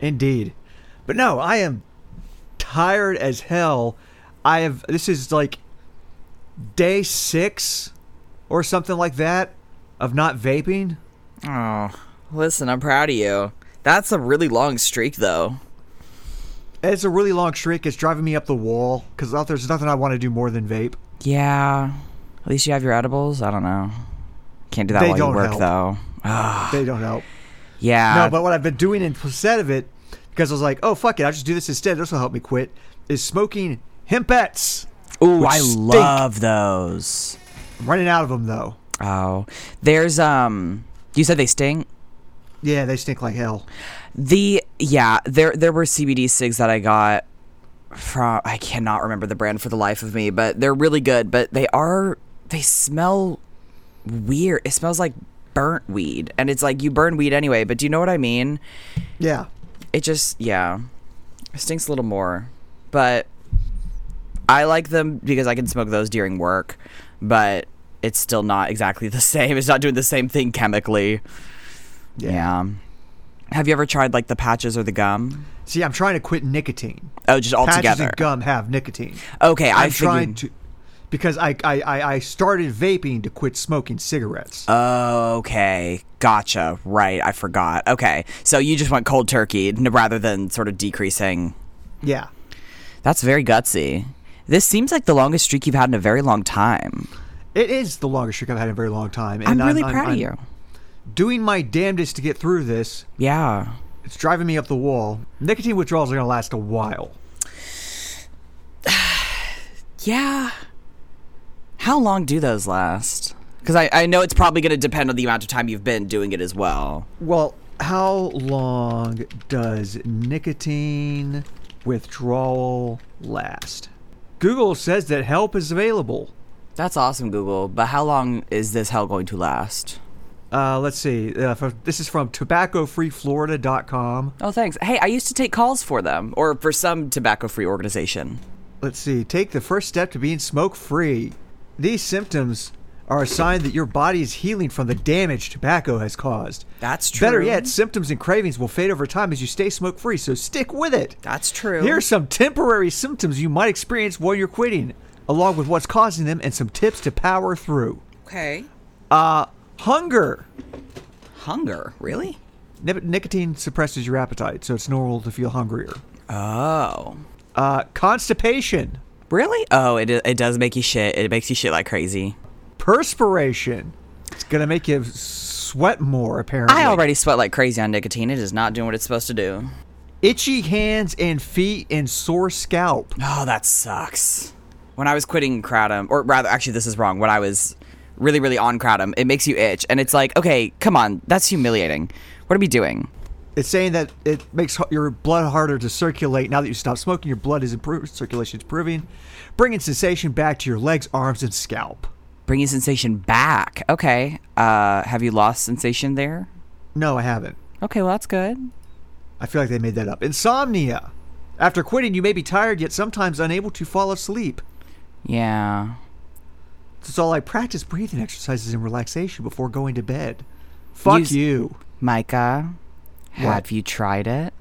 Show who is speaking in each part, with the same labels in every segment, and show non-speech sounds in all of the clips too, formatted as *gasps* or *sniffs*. Speaker 1: Indeed. But no, I am tired as hell. I have this is like day 6 or something like that of not vaping.
Speaker 2: Oh, listen, I'm proud of you. That's a really long streak, though.
Speaker 1: It's a really long streak. It's driving me up the wall cuz there's nothing I want to do more than vape.
Speaker 2: Yeah. At least you have your edibles. I don't know. Can't do that
Speaker 1: They
Speaker 2: while you
Speaker 1: don't
Speaker 2: work,
Speaker 1: help.
Speaker 2: though. Ugh.
Speaker 1: They don't help.
Speaker 2: Yeah.
Speaker 1: No, but what I've been doing instead of it, because I was like, oh fuck it, I'll just do this instead. This will help me quit. Is smoking hempettes.
Speaker 2: Ooh,
Speaker 1: which
Speaker 2: I
Speaker 1: stink.
Speaker 2: love those.
Speaker 1: I'm running out of them though.
Speaker 2: Oh, there's um. You said they stink.
Speaker 1: Yeah, they stink like hell.
Speaker 2: The yeah, there there were CBD cigs that I got from. I cannot remember the brand for the life of me, but they're really good. But they are they smell weird. It smells like burnt weed, and it's like you burn weed anyway. But do you know what I mean?
Speaker 1: Yeah,
Speaker 2: It just yeah, it stinks a little more. But I like them because I can smoke those during work. But it's still not exactly the *laughs* same. It's not doing the same thing chemically.
Speaker 1: yeah.
Speaker 2: Yeah. Have you ever tried like the patches or the gum?
Speaker 1: See, I'm trying to quit nicotine.
Speaker 2: Oh, just all
Speaker 1: Patches
Speaker 2: together.
Speaker 1: and gum have nicotine.
Speaker 2: Okay, I
Speaker 1: I'm trying
Speaker 2: figured-
Speaker 1: to, because I, I I I started vaping to quit smoking cigarettes.
Speaker 2: Uh, Okay, gotcha. Right, I forgot. Okay, so you just went cold turkey n- rather than sort of decreasing.
Speaker 1: yeah,
Speaker 2: That's very gutsy. This seems like the longest streak you've had in a very long time.
Speaker 1: it is the longest streak I've had in a very long time. And
Speaker 2: I'm really
Speaker 1: I'm,
Speaker 2: proud
Speaker 1: I'm
Speaker 2: of you.
Speaker 1: Doing my damnedest to get through this.
Speaker 2: Yeah.
Speaker 1: It's driving me up the wall. Nicotine withdrawals are gonna last a while.
Speaker 2: Yeah. How long do those last? Because I, I know it's probably going to depend on the amount of time you've been doing it as well.
Speaker 1: Well, how long does nicotine withdrawal last? Google says that help is available.
Speaker 2: That's awesome, Google. But how long is this hell going to last?
Speaker 1: Uh, let's see. Uh, from, this is from tobaccofreeflorida.com.
Speaker 2: Oh, thanks. Hey, I used to take calls for them or for some tobacco free organization.
Speaker 1: Let's see. Take the first step to being smoke free. These symptoms are a sign that your body is healing from the damage tobacco has caused.
Speaker 2: That's
Speaker 1: Better
Speaker 2: true.
Speaker 1: yet, symptoms and cravings will fade over time as you stay smoke free, so stick with it.
Speaker 2: That's true.
Speaker 1: Here are some temporary symptoms you might experience while you're quitting, along with what's causing them and some tips to power through.
Speaker 2: Okay.
Speaker 1: Hunger.
Speaker 2: Hunger, really?
Speaker 1: Nic- nicotine suppresses your appetite, so it's normal to feel hungrier.
Speaker 2: Oh.
Speaker 1: Uh, constipation,
Speaker 2: Really? Oh, it, it does make you shit. It makes you shit like crazy.
Speaker 1: perspiration. It's gonna make you sweat more, apparently.
Speaker 2: I already sweat like crazy on nicotine. It is not doing what it's supposed to do.
Speaker 1: itchy hands and feet and sore scalp.
Speaker 2: Oh, that sucks. When I was quitting Kratom, or rather, actually, this is wrong. When I was really, really on Kratom, it makes you itch. And it's like, okay, come on. That's humiliating. What are we doing?
Speaker 1: It's saying that it makes h- your blood harder to circulate now that you stop smoking. Your blood is improving, circulation is improving, bringing sensation back to your legs, arms, and scalp.
Speaker 2: Bringing sensation back. Okay. Uh, have you lost sensation there?
Speaker 1: No, I haven't.
Speaker 2: Okay, well, that's good.
Speaker 1: I feel like they made that up. Insomnia. After quitting, you may be tired yet sometimes unable to fall asleep.
Speaker 2: Yeah.
Speaker 1: So all I practice breathing exercises and relaxation before going to bed. Fuck
Speaker 2: Use-
Speaker 1: you.
Speaker 2: Micah,
Speaker 1: What?
Speaker 2: have you tried it?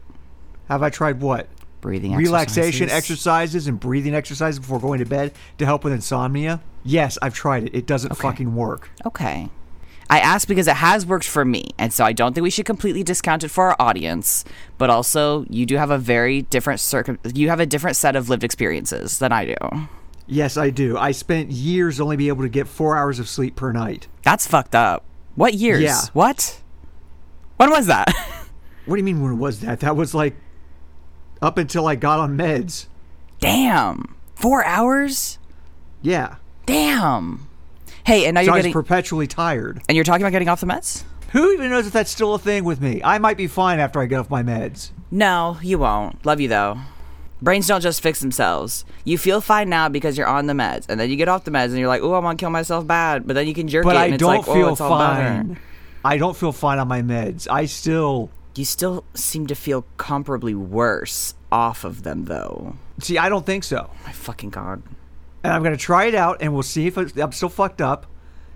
Speaker 1: Have I tried what?
Speaker 2: Breathing
Speaker 1: Relaxation
Speaker 2: exercises?
Speaker 1: exercises and breathing exercises before going to bed to help with insomnia? Yes, I've tried it. It doesn't fucking work.
Speaker 2: Okay. I asked because it has worked for me, and so I don't think we should completely discount it for our audience. But also, you do have a very different circum. You have a different set of lived experiences than I do.
Speaker 1: Yes, I do. I spent years only being able to get four hours of sleep per night.
Speaker 2: That's fucked up. What years?
Speaker 1: Yeah.
Speaker 2: What? When was that? *laughs*
Speaker 1: What do you mean when was that? That was like up until I got on meds.
Speaker 2: Damn. Four hours.
Speaker 1: Yeah.
Speaker 2: Damn. Hey, and now
Speaker 1: So
Speaker 2: you're
Speaker 1: I was
Speaker 2: getting.
Speaker 1: perpetually tired.
Speaker 2: and you're talking about getting off the meds?
Speaker 1: Who even knows if that's still a thing with me? I might be fine after I get off my meds.
Speaker 2: No, you won't. Love you though. Brains don't just fix themselves. You feel fine now because you're on the meds, and then you get off the meds, and you're like, "Oh, I want to kill myself bad," but then you can jerk
Speaker 1: But
Speaker 2: it,
Speaker 1: I
Speaker 2: and it's
Speaker 1: don't
Speaker 2: like,
Speaker 1: feel
Speaker 2: "Oh, it's all better."
Speaker 1: fine. I don't feel fine on my meds. I still
Speaker 2: You still seem to feel comparably worse off of them, though.
Speaker 1: see. I don't think so.
Speaker 2: My fucking god.
Speaker 1: And I'm gonna try it out, and we'll see if it's- I'm still fucked up,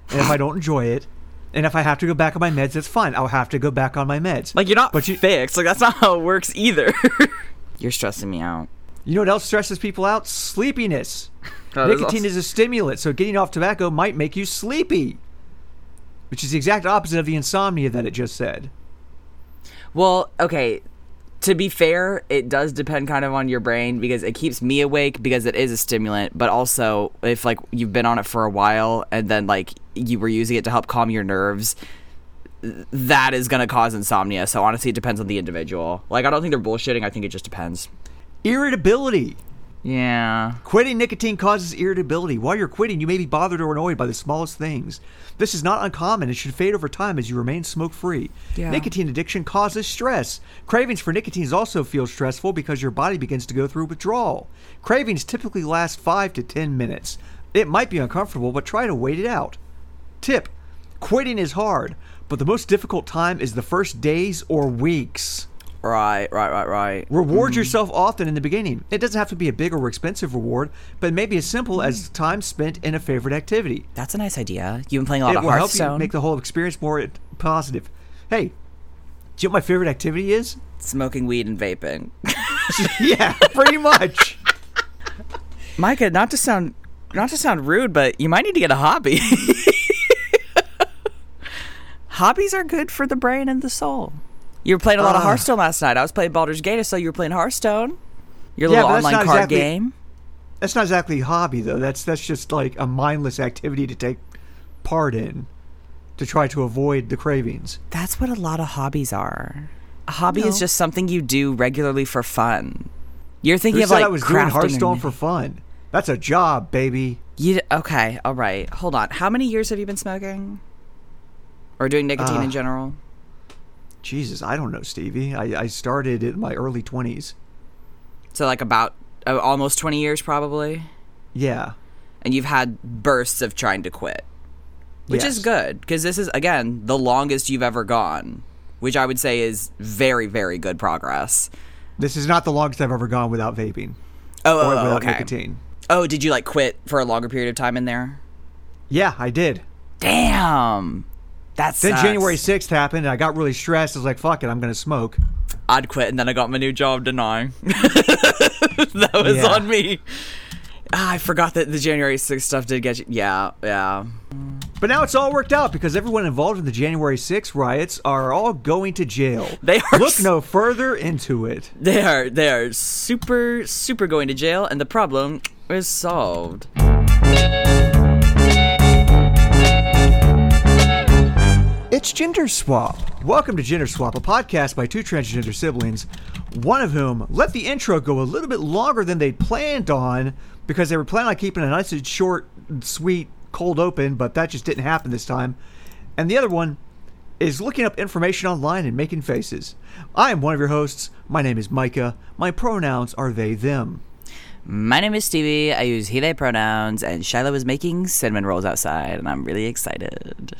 Speaker 1: and if I don't enjoy it, And if I have to go back on my meds, that's fine. I'll have to go back on my meds.
Speaker 2: Like you're not
Speaker 1: But you-
Speaker 2: fixed. Like that's not how it works either. *laughs* you're stressing me out.
Speaker 1: You know what else stresses people out? Sleepiness.
Speaker 2: Oh, that's
Speaker 1: Nicotine
Speaker 2: awesome.
Speaker 1: is a stimulant, so getting off tobacco might make you sleepy, which is the exact opposite of the insomnia that it just said.
Speaker 2: Well, okay. To be fair, it does depend kind of on your brain because it keeps me awake because it is a stimulant, but also if like you've been on it for a while and then like you were using it to help calm your nerves, th- that is going to cause insomnia. So honestly, it depends on the individual. Like I don't think they're bullshitting. I think it just depends.
Speaker 1: Irritability.
Speaker 2: Yeah.
Speaker 1: Quitting nicotine causes irritability. While you're quitting, you may be bothered or annoyed by the smallest things. This is not uncommon and should fade over time as you remain smoke free.
Speaker 2: Yeah.
Speaker 1: Nicotine addiction causes stress. Cravings for nicotine also feel stressful because your body begins to go through withdrawal. Cravings typically last 5 to 10 minutes. It might be uncomfortable, but try to wait it out. Tip Quitting is hard, but the most difficult time is the first days or weeks.
Speaker 2: Right, right, right, right.
Speaker 1: Reward yourself often in the beginning. It doesn't have to be a big or expensive reward, but maybe as simple as
Speaker 2: Mm-hmm.
Speaker 1: time spent in a favorite activity.
Speaker 2: That's a nice idea. You've been playing a lot
Speaker 1: It
Speaker 2: of
Speaker 1: will help you
Speaker 2: Hearthstone.
Speaker 1: make the whole experience more positive. Hey, do you know what my favorite activity is? *laughs*
Speaker 2: Smoking weed and vaping.
Speaker 1: yeah, pretty much.
Speaker 2: Micah, not to sound not to sound rude, but you might need to get a hobby. *laughs* Hobbies are good for the brain and the soul. You were playing a lot of
Speaker 1: Ah.
Speaker 2: Hearthstone last night. I was playing Baldur's Gate, so you were playing Hearthstone. Your
Speaker 1: Yeah,
Speaker 2: little
Speaker 1: but that's
Speaker 2: online
Speaker 1: not
Speaker 2: card
Speaker 1: exactly-
Speaker 2: game.
Speaker 1: That's not exactly a hobby though. That's that's just like a mindless activity to take part in to try to avoid the cravings.
Speaker 2: That's what a lot of hobbies are. A hobby is
Speaker 1: No.
Speaker 2: just something you do regularly for fun. You're thinking
Speaker 1: Who
Speaker 2: of
Speaker 1: said
Speaker 2: like
Speaker 1: I was
Speaker 2: crafting
Speaker 1: doing
Speaker 2: or
Speaker 1: Hearthstone
Speaker 2: knitting.
Speaker 1: for fun? That's a job, baby.
Speaker 2: You okay? All right. Hold on. How many years have you been smoking, or doing nicotine
Speaker 1: Uh,
Speaker 2: in general?
Speaker 1: Jesus, I don't know, Stevie. I, I started in my early twenties.
Speaker 2: So like about uh, almost twenty years, probably.
Speaker 1: Yeah.
Speaker 2: And you've had bursts of trying to quit, which is
Speaker 1: Yes.
Speaker 2: good because this is again the longest you've ever gone, which I would say is very, very good progress.
Speaker 1: This is not the longest I've ever gone without vaping
Speaker 2: Oh,
Speaker 1: or
Speaker 2: oh, oh,
Speaker 1: without
Speaker 2: okay.
Speaker 1: nicotine.
Speaker 2: Oh, did you like quit for a longer period of time in there?
Speaker 1: Yeah, I did.
Speaker 2: Damn. That's
Speaker 1: Then January 6th happened, and I got really stressed. I was like, fuck it, I'm going to smoke.
Speaker 2: I'd quit and then I got my new job, didn't I? *laughs* that was
Speaker 1: Yeah.
Speaker 2: on me. Ah, I forgot that the January 6th stuff did get you. Yeah, yeah.
Speaker 1: But now it's all worked out because everyone involved in the January 6th riots are all going to jail.
Speaker 2: They are
Speaker 1: Look
Speaker 2: s-
Speaker 1: no further into it.
Speaker 2: They are they are super super going to jail and the problem is solved.
Speaker 1: It's Gender Swap. Welcome to Gender Swap, a podcast by two transgender siblings, one of whom let the intro go a little bit longer than they planned on because they were planning on keeping a nice and short, sweet, cold open, but that just didn't happen this time. And the other one is looking up information online and making faces. I am one of your hosts. My name is Micah. My pronouns are they, them.
Speaker 2: My name is Stevie. I use he they pronouns and Shiloh is making cinnamon rolls outside and I'm really excited.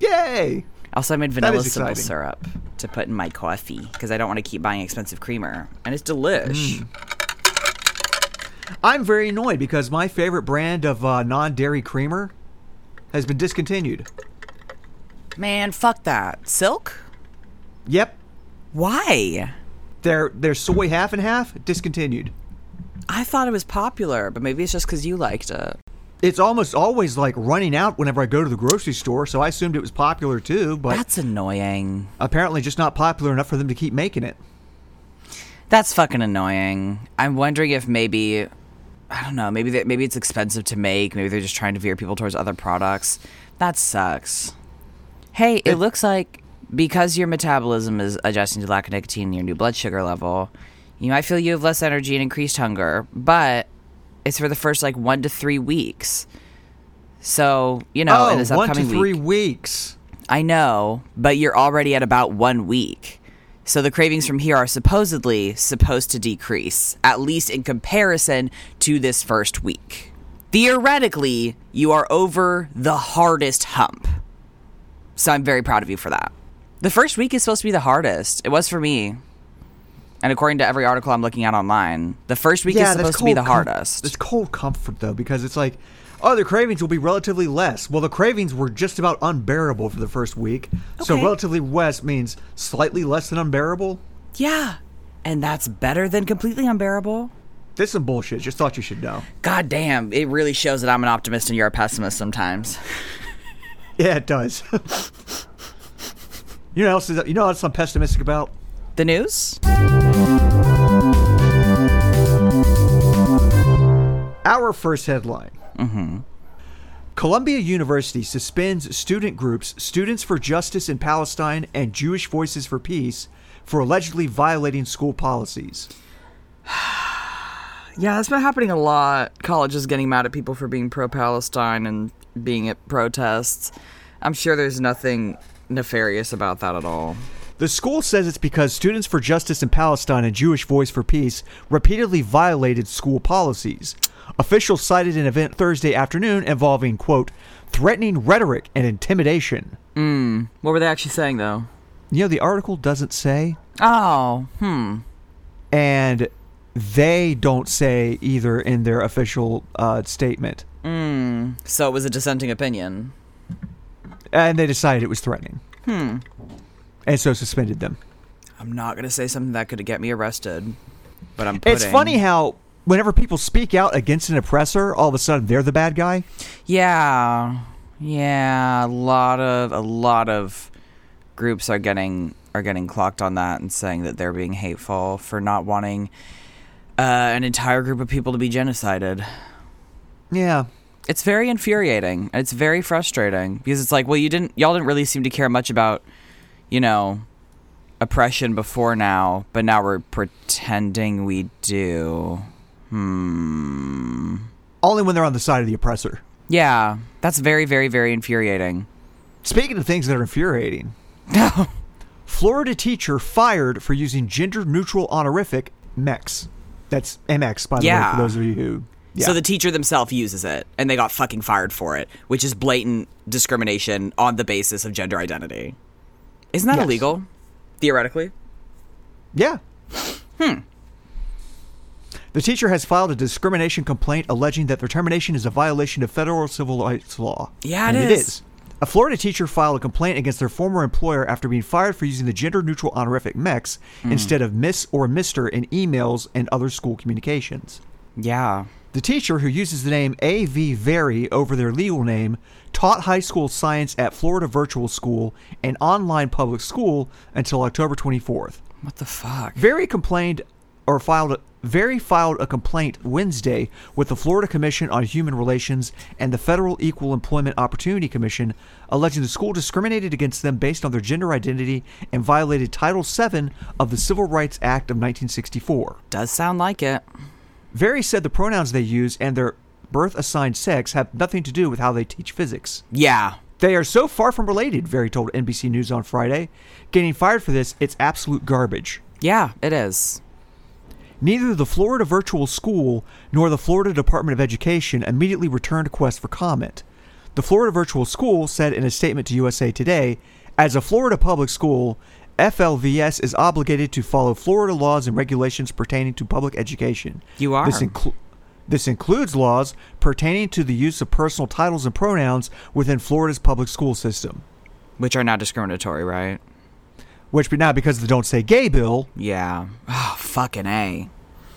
Speaker 1: Yay!
Speaker 2: Also, I made vanilla
Speaker 1: is
Speaker 2: simple
Speaker 1: exciting.
Speaker 2: syrup to put in my coffee because I don't want to keep buying expensive creamer and it's
Speaker 1: Mm.
Speaker 2: delish.
Speaker 1: I'm very annoyed because my favorite brand of uh, non dairy creamer has been discontinued.
Speaker 2: Man, fuck that. Silk?
Speaker 1: Yep,
Speaker 2: Why?
Speaker 1: their their soy half and half discontinued.
Speaker 2: I thought it was popular, but maybe it's just because you liked it.
Speaker 1: It's almost always like running out whenever I go to the grocery store, so I assumed it was popular too, but
Speaker 2: That's annoying.
Speaker 1: apparently just not popular enough for them to keep making it.
Speaker 2: That's fucking annoying. I'm wondering if maybe, I don't know, maybe they, maybe it's expensive to make. Maybe they're just trying to veer people towards other products. That sucks. Hey, it, looks like because your metabolism is adjusting to lack of nicotine and your new blood sugar level, you might feel you have less energy and increased hunger, but it's for the first like one to three weeks. So you know, in
Speaker 1: oh,
Speaker 2: this
Speaker 1: one to
Speaker 2: upcoming
Speaker 1: three
Speaker 2: week,
Speaker 1: weeks.
Speaker 2: I know, but you're already at about one week. So the cravings from here are supposedly supposed to decrease, at least in comparison to this first week. Theoretically, you are over the hardest hump. So I'm very proud of you for that. The first week is supposed to be the hardest. It was for me. And according to every article I'm looking at online, the first week is supposed to be the
Speaker 1: cold com-
Speaker 2: hardest.
Speaker 1: It's cold comfort though, because it's like oh, the cravings will be relatively less. Well, the cravings were just about unbearable for the first week. So
Speaker 2: Okay.
Speaker 1: relatively less means slightly less than unbearable.
Speaker 2: Yeah. And that's better than completely unbearable.
Speaker 1: This is some bullshit. Just thought you should know.
Speaker 2: God damn, it really shows that I'm an optimist and you're a pessimist sometimes.
Speaker 1: Yeah, it does. *laughs* you know what else is you know what else I'm pessimistic about?
Speaker 2: The news?
Speaker 1: Our first headline. Mm-hmm. Columbia University suspends student groups Students for Justice in Palestine and Jewish Voices for Peace for allegedly violating school policies.
Speaker 2: Yeah, that's been happening a lot. Colleges getting mad at people for being pro Palestine and being at protests. I'm sure there's nothing nefarious about that at all.
Speaker 1: The school says it's because Students for Justice in Palestine and Jewish Voice for Peace repeatedly violated school policies. Officials cited an event Thursday afternoon involving, quote, threatening rhetoric and intimidation.
Speaker 2: What were they actually saying though?
Speaker 1: You know, the article doesn't say,
Speaker 2: Oh, hmm.
Speaker 1: and they don't say either in their official uh, statement.
Speaker 2: So it was a dissenting opinion.
Speaker 1: And they decided it was threatening. Hmm. And so suspended them.
Speaker 2: I'm not gonna say something that could get me arrested, but I'm.
Speaker 1: It's funny how whenever people speak out against an oppressor, all of a sudden they're the bad guy.
Speaker 2: Yeah, yeah. A lot of a lot of groups are getting are getting clocked on that and saying that they're being hateful for not wanting uh, an entire group of people to be genocided.
Speaker 1: Yeah.
Speaker 2: It's very infuriating. and It's very frustrating because it's like, well, you didn't, y'all didn't really seem to care much about, you know, oppression before now, but now we're pretending we do. Hmm.
Speaker 1: Only when they're on the side of the oppressor.
Speaker 2: Yeah, that's very, very, very infuriating. *laughs*
Speaker 1: Speaking of things that are infuriating, Florida teacher fired for using gender neutral honorific MEX. That's MX, by the way,
Speaker 2: Yeah.
Speaker 1: for those of you who. Yeah.
Speaker 2: So the teacher themselves uses it, and they got fucking fired for it, which is blatant discrimination on the basis of gender identity. Isn't that
Speaker 1: Yes.
Speaker 2: illegal? Theoretically.
Speaker 1: Yeah. Hmm. The teacher has filed a discrimination complaint alleging that their termination is a violation of federal civil rights law.
Speaker 2: Yeah, it
Speaker 1: and it
Speaker 2: is.
Speaker 1: is. A Florida teacher filed a complaint against their former employer after being fired for using the gender neutral honorific MEX
Speaker 2: Hmm.
Speaker 1: instead of Miss or Mister in emails and other school communications.
Speaker 2: Yeah.
Speaker 1: The teacher, who uses the name A.V. Very over their legal name, taught high school science at Florida Virtual School, an online public school, until October 24th.
Speaker 2: What the fuck?
Speaker 1: Very complained or filed Very filed a complaint Wednesday with the Florida Commission on Human Relations and the Federal Equal Employment Opportunity Commission, alleging the school discriminated against them based on their gender identity and violated Title VII of the Civil Rights Act of 1964.
Speaker 2: Does sound like it.
Speaker 1: Very said the pronouns they use and their birth assigned sex have nothing to do with how they teach physics.
Speaker 2: Yeah.
Speaker 1: They are so far from related, Very told NBC News on Friday. Getting fired for this, it's absolute garbage.
Speaker 2: Yeah, it is.
Speaker 1: Neither the Florida Virtual School nor the Florida Department of Education immediately returned requests for comment. The Florida Virtual School said in a statement to USA Today As a Florida public school, FLVS is obligated to follow Florida laws and regulations pertaining to public education.
Speaker 2: You are.
Speaker 1: This, inclu- this includes laws pertaining to the use of personal titles and pronouns within Florida's public school system,
Speaker 2: Which are not discriminatory, right?
Speaker 1: which, but now because of the Don't Say Gay bill,
Speaker 2: Yeah. Oh, fucking A.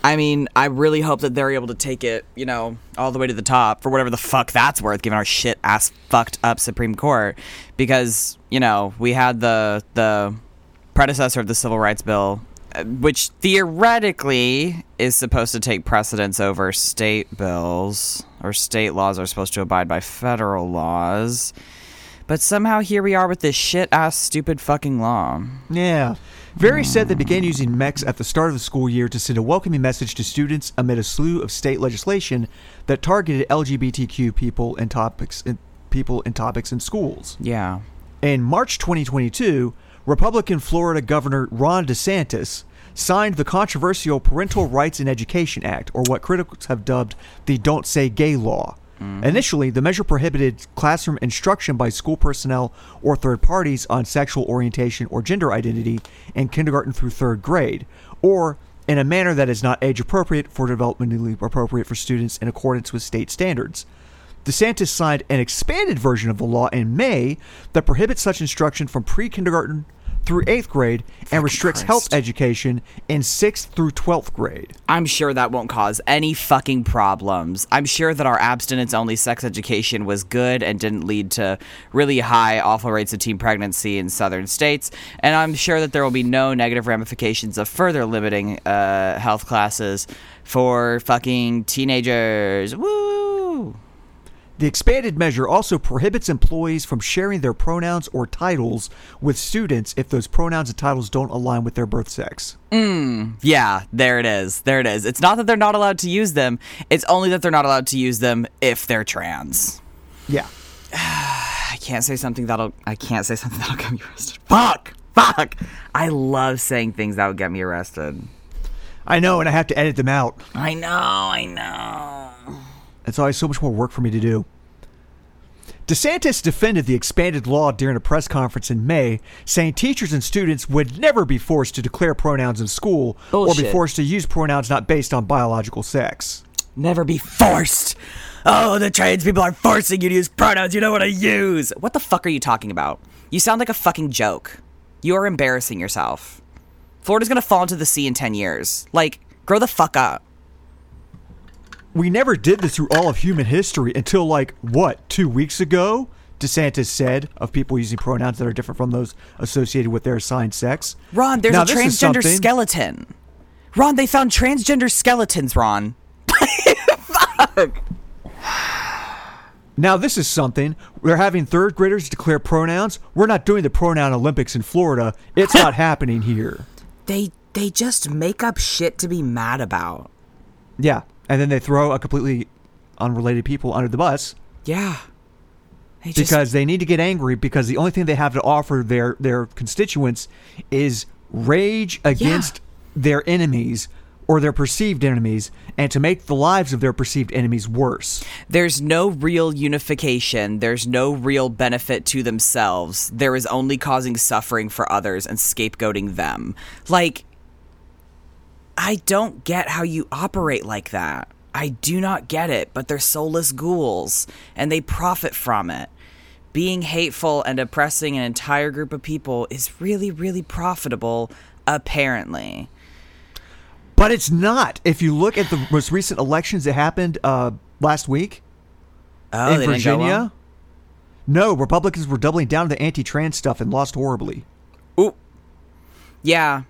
Speaker 2: I mean, I really hope that they're able to take it, you know, all the way to the top for whatever the fuck that's worth, given our shit ass fucked up Supreme Court. Because, you know, we had the the predecessor of the Civil Rights Bill, uh, which theoretically is supposed to take precedence over state bills, or state laws are supposed to abide by federal laws. But somehow here we are with this shit ass stupid fucking law.
Speaker 1: Yeah. Very said they began using MEX at the start of the school year to send a welcoming message to students amid a slew of state legislation that targeted LGBTQ people and topics in, people and topics in schools.
Speaker 2: Yeah.
Speaker 1: In March 2022, Republican Florida Governor Ron DeSantis signed the controversial Parental Rights in Education Act, or what critics have dubbed the Don't Say Gay Law. Initially, the measure prohibited classroom instruction by school personnel or third parties on sexual orientation or gender identity in kindergarten through third grade, or in a manner that is not age appropriate for developmentally appropriate for students in accordance with state standards. DeSantis signed an expanded version of the law in May that prohibits such instruction from pre kindergarten through eighth grade and restricts health
Speaker 2: Christ.
Speaker 1: education in sixth through twelfth grade.
Speaker 2: I'm sure that won't cause any fucking problems. I'm sure that our abstinence only sex education was good and didn't lead to really high, awful rates of teen pregnancy in southern states. And I'm sure that there will be no negative ramifications of further limiting uh, health classes for fucking teenagers. Woo!
Speaker 1: The expanded measure also prohibits employees from sharing their pronouns or titles with students if those pronouns and titles don't align with their birth sex.
Speaker 2: Yeah, there it is. There it is. It's not that they're not allowed to use them, it's only that they're not allowed to use them if they're trans.
Speaker 1: Yeah.
Speaker 2: I can't say something that'll. I can't say *laughs* something that'll get me arrested. Fuck! Fuck! I love saying things that would get me arrested.
Speaker 1: I know, and I have to edit them out.
Speaker 2: I know, I know.
Speaker 1: It's always so much more work for me to do. DeSantis defended the expanded law during a press conference in May, saying teachers and students would never be forced to declare pronouns in school or be
Speaker 2: Bullshit.
Speaker 1: forced to use pronouns not based on biological sex.
Speaker 2: Never be forced. Oh, the trans people are forcing you to use pronouns you don't want to use. What the fuck are you talking about? You sound like a fucking joke. You are embarrassing yourself. Florida's gonna fall into the sea in 10 years. Like, grow the fuck up.
Speaker 1: We never did this through all of human history until, like, what, two weeks ago? DeSantis said of people using pronouns that are different from those associated with their assigned sex.
Speaker 2: Ron, there's
Speaker 1: Now,
Speaker 2: a
Speaker 1: this is
Speaker 2: transgender
Speaker 1: something-
Speaker 2: skeleton. Ron, they found transgender skeletons, Ron.
Speaker 1: Now, this is something. We're having third graders declare pronouns. We're not doing the pronoun Olympics in Florida. It's not happening here.
Speaker 2: They they just make up shit to be mad about.
Speaker 1: Yeah. And then they throw a completely unrelated people under the bus
Speaker 2: Yeah. They just
Speaker 1: because they need to get angry because the only thing they have to offer their their constituents is rage against their enemies or their perceived enemies and to make the lives of their perceived enemies worse.
Speaker 2: there's no real unification, there's no real benefit to themselves. There is only causing suffering for others and scapegoating them. Like I don't get how you operate like that. I do not get it, but they're soulless ghouls and they profit from it. Being hateful and oppressing an entire group of people is really, really profitable, apparently.
Speaker 1: But it's not. If you look at the most recent elections that happened uh, last week,
Speaker 2: Oh,
Speaker 1: in
Speaker 2: they didn't go
Speaker 1: Virginia. No, Republicans were doubling down on the anti-trans stuff and lost horribly.
Speaker 2: well? Ooh. Yeah.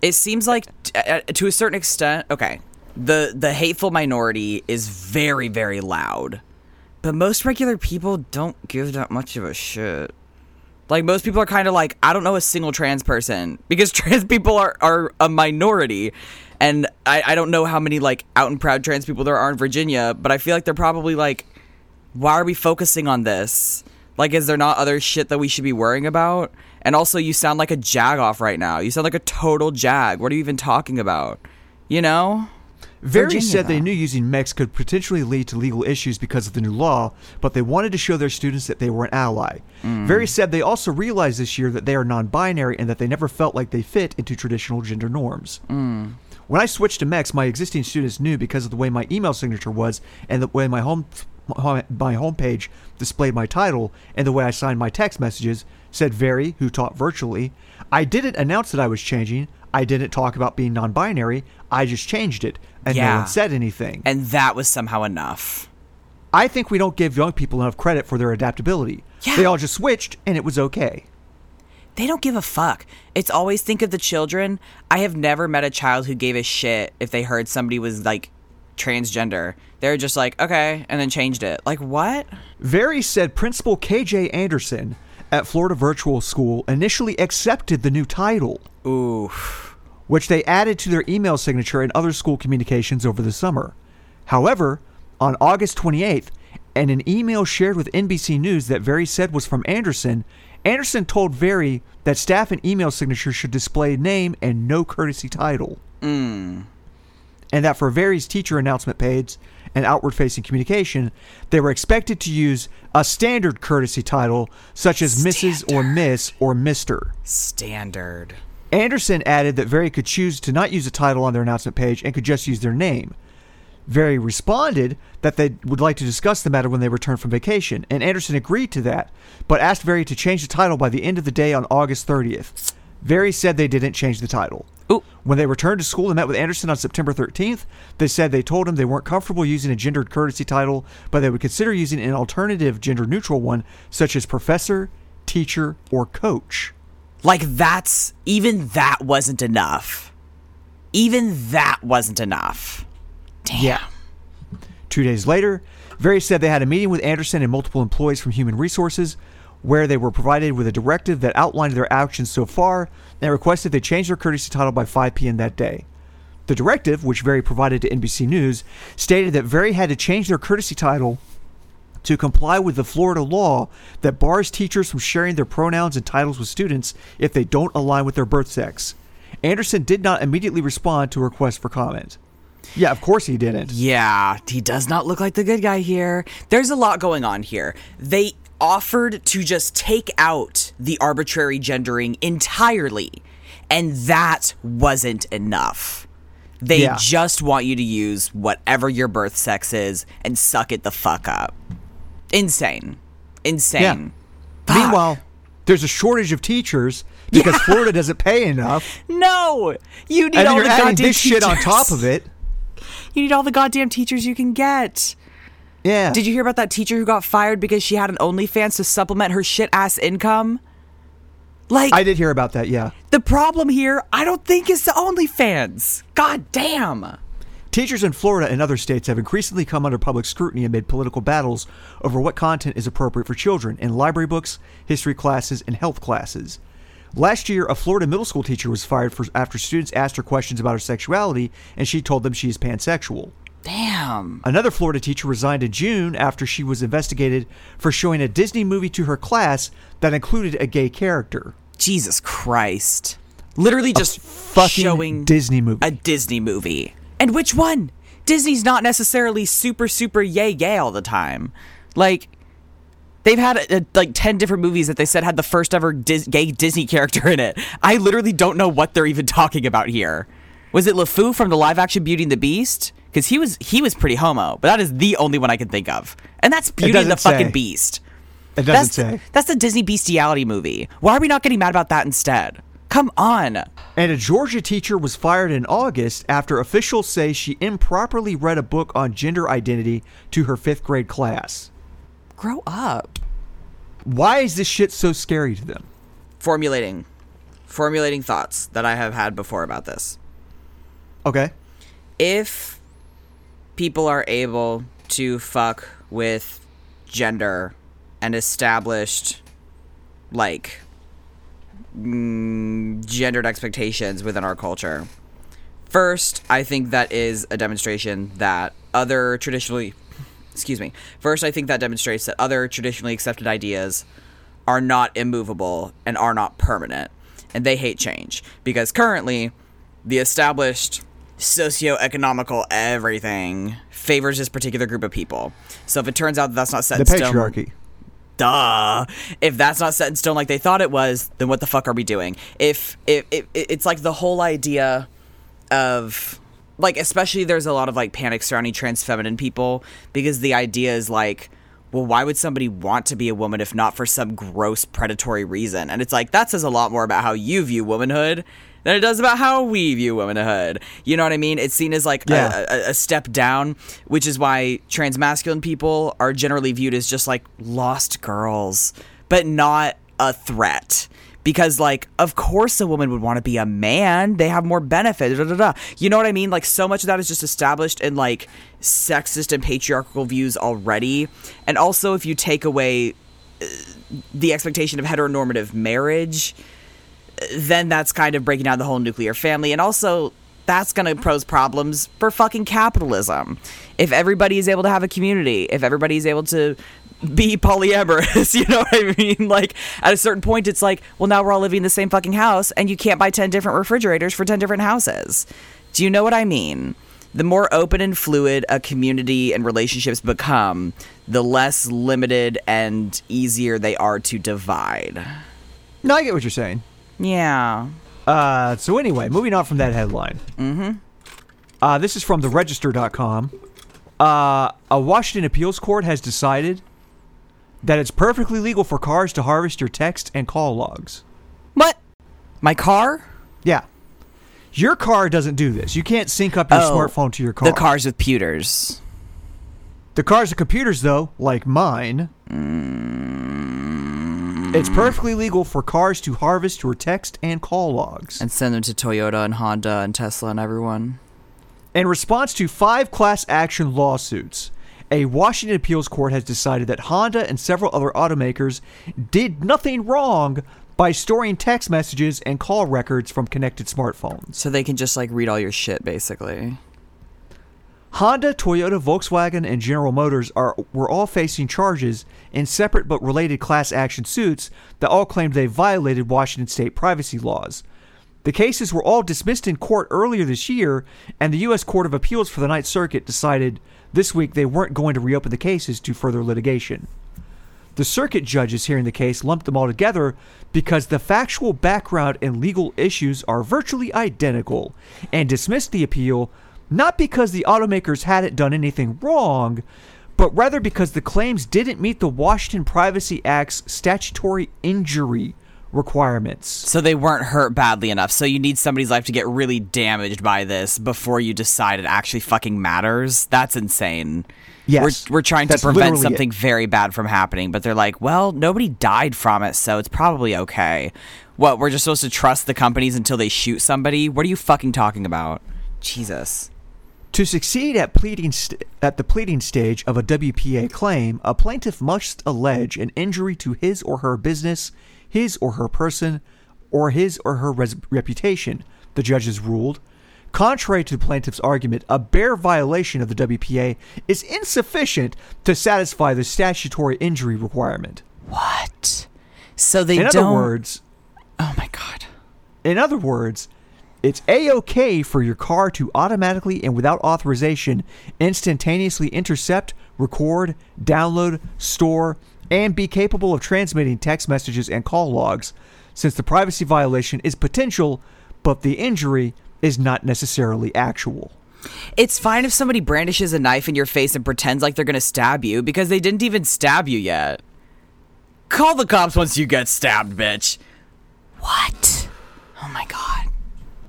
Speaker 2: It seems like t- uh, to a certain extent, okay. The the hateful minority is very very loud. But most regular people don't give that much of a shit. Like most people are kind of like I don't know a single trans person because *laughs* trans people are are a minority. And I, I don't know how many like out and proud trans people there are in Virginia, but I feel like they're probably like why are we focusing on this? Like, is there not other shit that we should be worrying about? And also, you sound like a jag off right now. You sound like a total jag. What are you even talking about? You know?
Speaker 1: Very
Speaker 2: Virginia,
Speaker 1: said they
Speaker 2: though.
Speaker 1: knew using mix could potentially lead to legal issues because of the new law, but they wanted to show their students that they were an ally.
Speaker 2: Mm.
Speaker 1: Very said they also realized this year that they are non-binary and that they never felt like they fit into traditional gender norms. When I switched to Mex, my existing students knew because of the way my email signature was, and the way my home my homepage displayed my title, and the way I signed my text messages. Said Very, who taught virtually. I didn't announce that I was changing. I didn't talk about being non-binary. I just changed it, and no
Speaker 2: Yeah.
Speaker 1: one said anything.
Speaker 2: And that was somehow enough.
Speaker 1: I think we don't give young people enough credit for their adaptability.
Speaker 2: Yeah.
Speaker 1: They all just switched, and it was okay.
Speaker 2: They don't give a fuck. It's always think of the children. I have never met a child who gave a shit if they heard somebody was like transgender. They're just like, okay, and then changed it. Like, what?
Speaker 1: Very said Principal K.J. Anderson at Florida Virtual School initially accepted the new title.
Speaker 2: Ooh.
Speaker 1: which they added to their email signature and other school communications over the summer. However, on August 28th, in an email shared with NBC News that Very said was from Anderson, Anderson told Very that staff and email signature should display name and no courtesy title. And that for Very's teacher announcement page and outward facing communication, they were expected to use a standard courtesy title such as Mrs. or Miss or Mr.
Speaker 2: Standard.
Speaker 1: Anderson added that Very could choose to not use a title on their announcement page and could just use their name. Very responded that they would like to discuss the matter when they return from vacation, and Anderson agreed to that, but asked Very to change the title by the end of the day on August 30th. Very said they didn't change the title.
Speaker 2: Ooh.
Speaker 1: When they returned to school and met with Anderson on September 13th, they said they told him they weren't comfortable using a gendered courtesy title, but they would consider using an alternative gender neutral one, such as professor, teacher, or coach.
Speaker 2: Like that's even that wasn't enough. Even that wasn't enough. Damn.
Speaker 1: Yeah. Two days later, Very said they had a meeting with Anderson and multiple employees from Human Resources where they were provided with a directive that outlined their actions so far and requested they change their courtesy title by 5 p.m. that day. The directive, which Very provided to NBC News, stated that Very had to change their courtesy title to comply with the Florida law that bars teachers from sharing their pronouns and titles with students if they don't align with their birth sex. Anderson did not immediately respond to a request for comment. Yeah, of course he didn't.
Speaker 2: Yeah, he does not look like the good guy here. There's a lot going on here. They offered to just take out the arbitrary gendering entirely, and that wasn't enough. They
Speaker 1: Yeah.
Speaker 2: just want you to use whatever your birth sex is and suck it the fuck up. Insane. Insane. Fuck.
Speaker 1: Meanwhile, there's a shortage of teachers because Florida doesn't pay
Speaker 2: *laughs*
Speaker 1: enough,
Speaker 2: no, you need
Speaker 1: and then
Speaker 2: all
Speaker 1: you're
Speaker 2: the
Speaker 1: adding
Speaker 2: goddamn
Speaker 1: this shit on
Speaker 2: teachers.
Speaker 1: top of it.
Speaker 2: You need all the goddamn teachers you can get.
Speaker 1: Yeah.
Speaker 2: Did you hear about that teacher who got fired because she had an OnlyFans to supplement her shit ass income? Like
Speaker 1: I did hear about that. Yeah.
Speaker 2: the problem here, I don't think is the OnlyFans. God damn.
Speaker 1: Teachers in Florida and other states have increasingly come under public scrutiny amid political battles over what content is appropriate for children in library books, history classes, and health classes. Last year, a Florida middle school teacher was fired for after students asked her questions about her sexuality and she told them she is pansexual.
Speaker 2: Damn.
Speaker 1: Another Florida teacher resigned in June after she was investigated for showing a Disney movie to her class that included a gay character.
Speaker 2: Jesus Christ. Literally just
Speaker 1: fucking
Speaker 2: showing
Speaker 1: Disney movie.
Speaker 2: A Disney movie. And which one? Disney's not necessarily super super yay yay all the time. Like they've had uh, like 10 different movies that they said had the first ever Dis- gay Disney character in it. I literally don't know what they're even *laughs* talking about here. Was it LeFou from the live action Beauty and the Beast? Cuz he was he was pretty homo, but that is the only one I can think of. And that's Beauty and the
Speaker 1: doesn't
Speaker 2: fucking
Speaker 1: say.
Speaker 2: Beast.
Speaker 1: It doesn't
Speaker 2: That's
Speaker 1: say.
Speaker 2: that's the Disney bestiality movie. Why are we not getting mad about that instead? Come on.
Speaker 1: And a Georgia teacher was fired in August after officials say she improperly read a book on gender identity to her fifth grade class.
Speaker 2: Grow up.
Speaker 1: Why is this shit so scary to them?
Speaker 2: formulating formulating thoughts that I have had before about this.
Speaker 1: Okay.
Speaker 2: If people are able to fuck with gender and established like mm, gendered expectations within our culture. First, I think that is a demonstration that other traditionally excuse me. First, I think that demonstrates that other traditionally accepted ideas are not immovable and are not permanent, and they hate change because currently the established socioeconomical everything favors this particular group of people. So if it turns out that that's not set
Speaker 1: The
Speaker 2: in stone,
Speaker 1: patriarchy.
Speaker 2: duh if that's not set in stone like they thought it was then what the fuck are we doing if if, if it's like the whole idea of like especially there's a lot of like panic surrounding trans feminine people because the idea is like well why would somebody want to be a woman if not for some gross predatory reason and it's like that says a lot more about how you view womanhood than it does about how we view womanhood you know what i mean it's seen as like a-
Speaker 1: Yeah.
Speaker 2: a, a, a step down which is why trans masculine people are generally viewed as just like lost girls but not a threat because like of course a woman would want to be a man they have more benefit da, da, da, da. you know what i mean like so much of that is just established in like sexist and patriarchal views already and also if you take away uh, the expectation of heteronormative marriage then that's kind of breaking down the whole nuclear family. And also, that's going to pose problems for fucking capitalism. If everybody is able to have a community, if everybody is able to be polyamorous, *laughs* you know what I mean? Like, at a certain point, it's like, well, now we're all living in the same fucking house, and you can't buy 10 different refrigerators for 10 different houses. Do you know what I mean? The more open and fluid a community and relationships become, the less limited and easier they are to divide.
Speaker 1: No, I get what you're saying.
Speaker 2: Yeah.
Speaker 1: Uh, so anyway, moving on from that headline. Mm-hmm. Uh, this is from theregister.com. Uh, a Washington appeals court has decided that it's perfectly legal for cars to harvest your text and call logs.
Speaker 2: What? My car?
Speaker 1: Yeah. Your car doesn't do this. You can't sync up your
Speaker 2: Oh,
Speaker 1: smartphone to your car.
Speaker 2: The cars with pewters.
Speaker 1: The cars are computers, though, like mine. It's perfectly legal for cars to harvest your text and call logs.
Speaker 2: And send them to Toyota and Honda and Tesla and everyone.
Speaker 1: In response to five class action lawsuits, a Washington appeals court has decided that Honda and several other automakers did nothing wrong by storing text messages and call records from connected smartphones.
Speaker 2: So they can just like read all your shit basically.
Speaker 1: Honda, Toyota, Volkswagen, and General Motors are were all facing charges in separate but related class action suits that all claimed they violated Washington state privacy laws. The cases were all dismissed in court earlier this year, and the U.S. Court of Appeals for the Ninth Circuit decided this week they weren't going to reopen the cases to further litigation. The circuit judges hearing the case lumped them all together because the factual background and legal issues are virtually identical and dismissed the appeal not because the automakers hadn't done anything wrong, but rather because the claims didn't meet the Washington Privacy Act's statutory injury requirements.
Speaker 2: So they weren't hurt badly enough. So you need somebody's life to get really damaged by this before you decide it actually fucking matters. That's insane.
Speaker 1: Yes.
Speaker 2: We're, we're trying to
Speaker 1: That's
Speaker 2: prevent
Speaker 1: literally it.
Speaker 2: something very bad from happening, but they're like, well, nobody died from it, so it's probably okay. What, we're just supposed to trust the companies until they shoot somebody? What are you fucking talking about? Jesus.
Speaker 1: To succeed at pleading st- at the pleading stage of a WPA claim, a plaintiff must allege an injury to his or her business, his or her person, or his or her res- reputation. The judges ruled. Contrary to the plaintiff's argument, a bare violation of the WPA is insufficient to satisfy the statutory injury requirement.
Speaker 2: What? So they
Speaker 1: In other
Speaker 2: don't.
Speaker 1: words,
Speaker 2: oh my god.
Speaker 1: In other words, it's a okay for your car to automatically and without authorization instantaneously intercept, record, download, store, and be capable of transmitting text messages and call logs, since the privacy violation is potential, but the injury is not necessarily actual.
Speaker 2: It's fine if somebody brandishes a knife in your face and pretends like they're gonna stab you because they didn't even stab you yet. Call the cops once you get stabbed, bitch. What? Oh my god.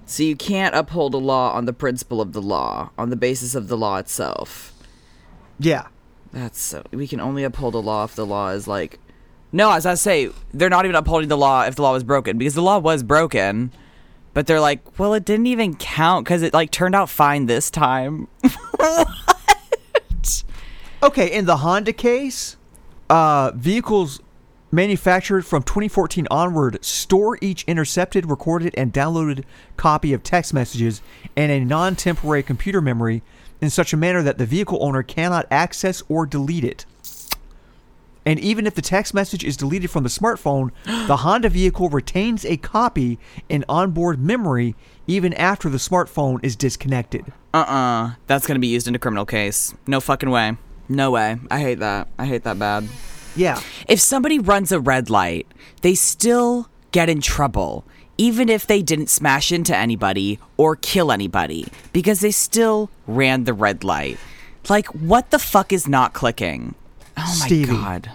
Speaker 2: So you can't uphold a law on the principle of the law, on the basis of the law itself.
Speaker 1: Yeah.
Speaker 2: That's so. We can only uphold a law if the law is like. No, as I say, they're not even upholding the law if the law was broken because the law was broken. But they're like, well, it didn't even count because it like turned out fine this time.
Speaker 1: Okay, in the Honda case, uh, vehicles manufactured from 2014 onward store each intercepted, recorded, and downloaded copy of text messages in a non temporary computer memory in such a manner that the vehicle owner cannot access or delete it. And even if the text message is deleted from the smartphone, the Honda vehicle retains a copy in onboard memory even after the smartphone is disconnected.
Speaker 2: uh-uh that's gonna be used in a criminal case no fucking way no way i hate that i hate that bad
Speaker 1: Yeah.
Speaker 2: if somebody runs a red light they still get in trouble even if they didn't smash into anybody or kill anybody because they still ran the red light like what the fuck is not clicking oh my
Speaker 1: Stevie.
Speaker 2: god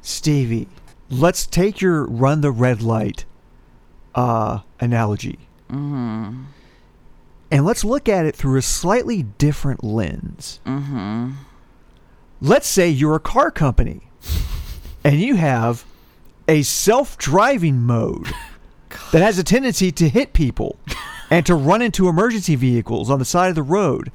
Speaker 1: Stevie, let's take your run the red light uh, analogy. And let's look at it through a slightly different lens. Mm-hmm. Let's say you're a car company and you have a self driving mode that has a tendency to hit people and to run into emergency vehicles on the side of the road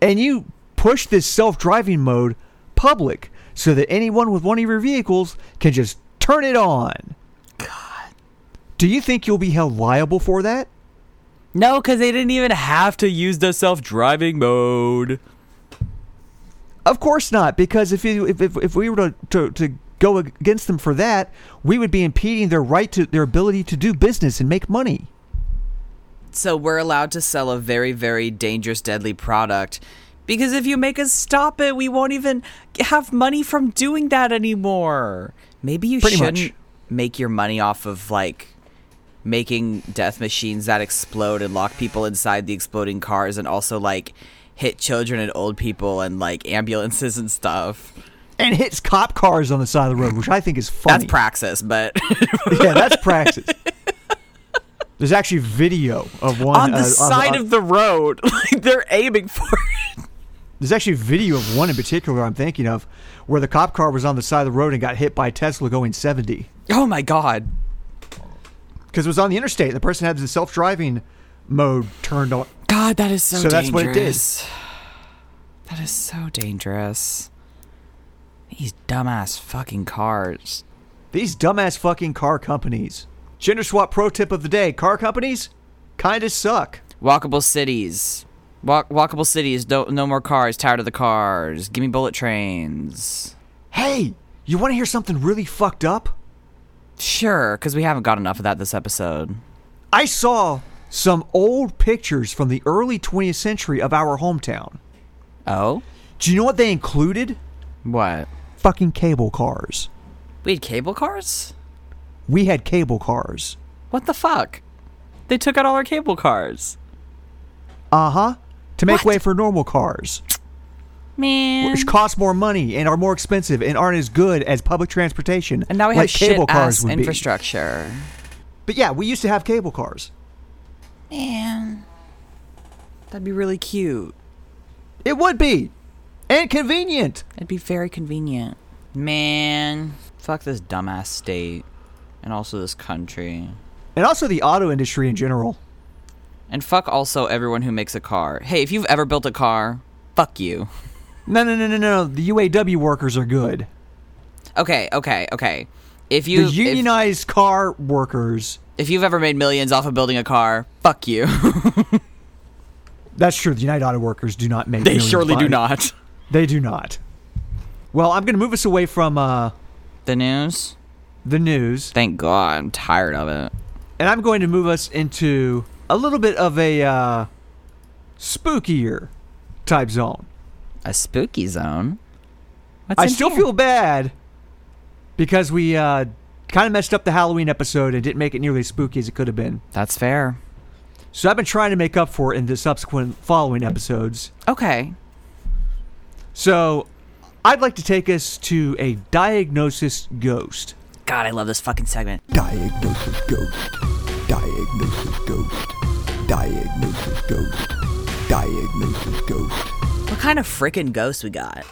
Speaker 1: and you push this self-driving mode public so that anyone with one of your vehicles can just turn it on. God. Do you think you'll be held liable for that?
Speaker 2: no because they didn't even have to use the self-driving mode
Speaker 1: Of course not, because if you if, if, if we were to, to, to go against them for that, we would be impeding their right to their ability to do business and make money.
Speaker 2: So we're allowed to sell a very, very dangerous, deadly product. Because if you make us stop it, we won't even have money from doing that anymore. Maybe you
Speaker 1: Pretty
Speaker 2: shouldn't
Speaker 1: much.
Speaker 2: make your money off of like making death machines that explode and lock people inside the exploding cars and also like hit children and old people and like ambulances and stuff.
Speaker 1: and hits cop cars on the side of the road, which I think is funny.
Speaker 2: That's praxis, *laughs* but
Speaker 1: *laughs* yeah, that's praxis. There's actually video of one
Speaker 2: on the
Speaker 1: uh,
Speaker 2: side
Speaker 1: on-
Speaker 2: of the road, *laughs* like they're aiming for it.
Speaker 1: There's actually video of one in particular I'm thinking of, where the cop car was on the side of the road and got hit by a Tesla going 70
Speaker 2: Oh my god.
Speaker 1: because it was on the interstate. The person had the self-driving mode turned on.
Speaker 2: God, that is so,
Speaker 1: So that's
Speaker 2: dangerous.
Speaker 1: what it did.
Speaker 2: That is so dangerous. These dumbass fucking cars.
Speaker 1: These dumbass fucking car companies. Gender swap pro tip of the day: car companies kind of suck.
Speaker 2: Walkable cities. Walk, walkable cities. Don't, no more cars. Tired of the cars. Give me bullet trains.
Speaker 1: Hey, you want to hear something really fucked up?
Speaker 2: Sure, because we haven't got enough of that this episode.
Speaker 1: I saw some old pictures from the early 20th century of our hometown.
Speaker 2: Oh?
Speaker 1: Do you know what they included?
Speaker 2: What?
Speaker 1: Fucking cable cars.
Speaker 2: We had cable cars?
Speaker 1: We had cable cars.
Speaker 2: What the fuck? They took out all our cable cars.
Speaker 1: Uh huh. To make
Speaker 2: Uh-huh. What? Um,
Speaker 1: way for normal cars,
Speaker 2: Man.
Speaker 1: which cost more money and are more expensive and aren't as good as public transportation.
Speaker 2: and now we
Speaker 1: like
Speaker 2: have shit
Speaker 1: cable cars
Speaker 2: ass
Speaker 1: would be.
Speaker 2: infrastructure.
Speaker 1: But yeah, we used to have cable cars.
Speaker 2: Man. That'd be really cute.
Speaker 1: It would be, and convenient.
Speaker 2: It'd be very convenient. Man. Fuck this dumbass state. And also this country.
Speaker 1: And also the auto industry in general.
Speaker 2: And fuck also everyone who makes a car. Hey, if you've ever built a car, fuck you.
Speaker 1: No, no, no, no, no. The UAW workers are good.
Speaker 2: Okay, okay, okay. If you
Speaker 1: The
Speaker 2: if-
Speaker 1: unionized car workers.
Speaker 2: if you've ever made millions off of building a car, fuck you. *laughs*
Speaker 1: That's true. The United Auto Workers do not make.
Speaker 2: they
Speaker 1: millions
Speaker 2: surely
Speaker 1: by
Speaker 2: do
Speaker 1: it.
Speaker 2: not.
Speaker 1: They do not. Well, I'm going to move us away from uh,
Speaker 2: The news?
Speaker 1: the news,
Speaker 2: Thank God, I'm tired of it.
Speaker 1: and I'm going to move us into a little bit of a uh, spookier type zone.
Speaker 2: A spooky zone. What's
Speaker 1: I
Speaker 2: in
Speaker 1: still
Speaker 2: here?
Speaker 1: feel bad because we uh, kind of messed up the Halloween episode and didn't make it nearly as spooky as it could have been.
Speaker 2: That's fair.
Speaker 1: So I've been trying to make up for it in the subsequent following episodes.
Speaker 2: Okay.
Speaker 1: So I'd like to take us to a diagnosis ghost.
Speaker 2: God, I love this fucking segment.
Speaker 3: Diagnosis Ghost. Diagnosis Ghost. Diagnosis Ghost. Diagnosis Ghost.
Speaker 2: What kind of freaking ghosts we got?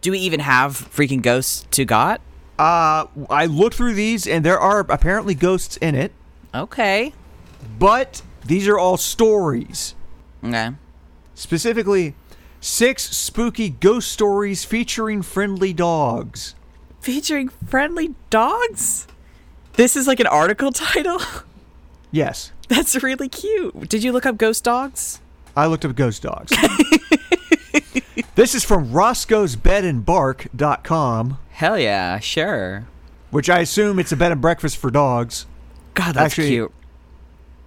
Speaker 2: Do we even have freaking ghosts to got?
Speaker 1: Uh, I looked through these, and there are apparently ghosts in it,
Speaker 2: Okay.
Speaker 1: but these are all stories.
Speaker 2: Okay.
Speaker 1: Specifically, six spooky ghost stories featuring friendly dogs.
Speaker 2: Featuring friendly dogs? This is like an article *laughs* title?
Speaker 1: Yes,
Speaker 2: That's really cute. Did you look up ghost dogs?
Speaker 1: I looked up ghost dogs. this is from roscoesbedandbark.com,
Speaker 2: Hell yeah, sure.
Speaker 1: which I assume it's a bed and breakfast for dogs.
Speaker 2: God, that's
Speaker 1: Actually,
Speaker 2: cute.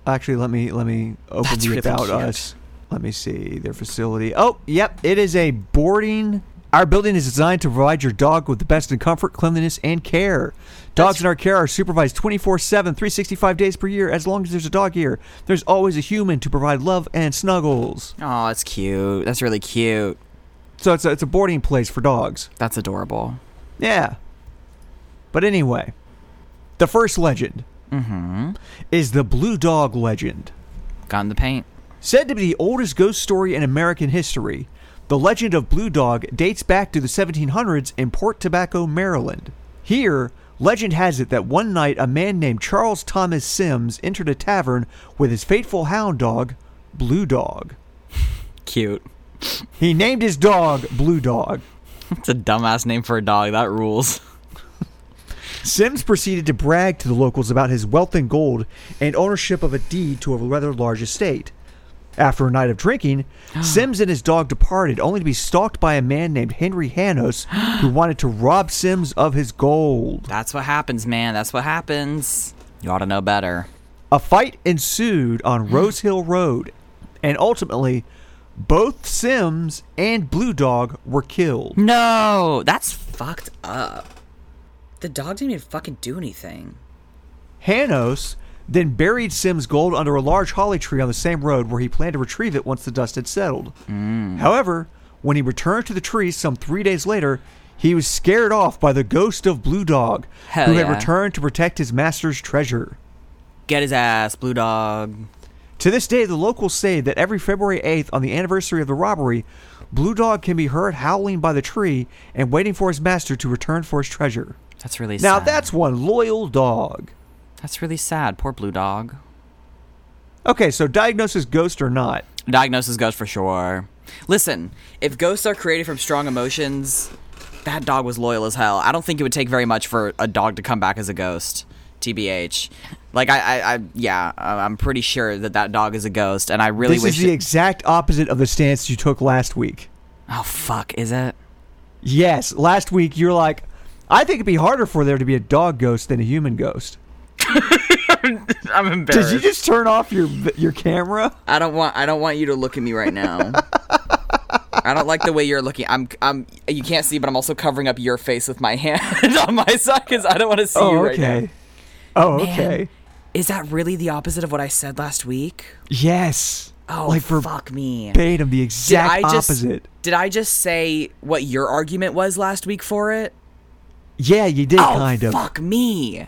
Speaker 1: Actually, let me let me open
Speaker 2: That's
Speaker 1: the
Speaker 2: really
Speaker 1: about
Speaker 2: cute.
Speaker 1: us. Let me see their facility. Oh, yep, it is a boarding. Our building is designed to provide your dog with the best in comfort, cleanliness, and care. Dogs
Speaker 2: That's-
Speaker 1: in our care are supervised 24 7, 365 days per year. As long as there's a dog here, there's always a human to provide love and snuggles.
Speaker 2: Oh, that's cute. That's really cute.
Speaker 1: So it's a, it's a boarding place for dogs.
Speaker 2: That's adorable.
Speaker 1: Yeah. But anyway, the first legend
Speaker 2: Mm-hmm.
Speaker 1: is the Blue Dog legend.
Speaker 2: Got in the paint.
Speaker 1: Said to be the oldest ghost story in American history, the legend of Blue Dog dates back to the 1700s in Port Tobacco, Maryland. Here, legend has it that one night a man named Charles Thomas Sims entered a tavern with his faithful hound dog, Blue Dog.
Speaker 2: Cute.
Speaker 1: He named his dog Blue Dog.
Speaker 2: It's a dumbass name for a dog. That rules.
Speaker 1: Sims proceeded to brag to the locals about his wealth in gold and ownership of a deed to a rather large estate. After a night of drinking, Sims and his dog departed, only to be stalked by a man named Henry Hanos, who wanted to rob Sims of his gold.
Speaker 2: That's what happens, man. That's what happens. You ought to know better.
Speaker 1: A fight ensued on Rose Hill Road, and ultimately, both Sims and Blue Dog were killed.
Speaker 2: No, that's fucked up. The dog didn't even fucking do anything.
Speaker 1: Hanos then buried Sims' gold under a large holly tree on the same road where he planned to retrieve it once the dust had settled.
Speaker 2: Mm.
Speaker 1: However, when he returned to the tree some three days later, he was scared off by the ghost of Blue Dog,
Speaker 2: Hell
Speaker 1: who had
Speaker 2: yeah.
Speaker 1: returned to protect his master's treasure.
Speaker 2: Get his ass, Blue Dog.
Speaker 1: To this day, the locals say that every February 8th, on the anniversary of the robbery, Blue Dog can be heard howling by the tree and waiting for his master to return for his treasure.
Speaker 2: That's really
Speaker 1: Now,
Speaker 2: sad.
Speaker 1: that's one loyal dog.
Speaker 2: that's really sad. Poor Blue Dog.
Speaker 1: Okay, so diagnosis ghost or not.
Speaker 2: Diagnosis ghost for sure. Listen, if ghosts are created from strong emotions, that dog was loyal as hell. I don't think it would take very much for a dog to come back as a ghost. TBH. Like I, I, I yeah, I- I'm pretty sure that that dog is a ghost, and I really
Speaker 1: This
Speaker 2: wish.
Speaker 1: is the
Speaker 2: it-
Speaker 1: exact opposite of the stance you took last week.
Speaker 2: oh fuck, is it?
Speaker 1: Yes, last week you're like, I think it'd be harder for there to be a dog ghost than a human ghost.
Speaker 2: I'm
Speaker 1: Did
Speaker 2: embarrassed.
Speaker 1: you just turn off your your
Speaker 2: *laughs*
Speaker 1: camera?
Speaker 2: I don't want. I don't want you to look at me
Speaker 1: *laughs*
Speaker 2: right now. I don't like the way you're looking. I'm. I'm. You can't see, but I'm also covering up your face with my *laughs* hand on my side because I don't want to see you
Speaker 1: Oh,
Speaker 2: right now.
Speaker 1: okay. Oh, okay.
Speaker 2: Is that really the opposite of what I said last week?
Speaker 1: Yes.
Speaker 2: Oh,
Speaker 1: like
Speaker 2: fuck me.
Speaker 1: verbatim, the exact opposite.
Speaker 2: Did I just say what your argument was last week for it?
Speaker 1: Yeah, you did
Speaker 2: oh,
Speaker 1: kind of.
Speaker 2: fuck me.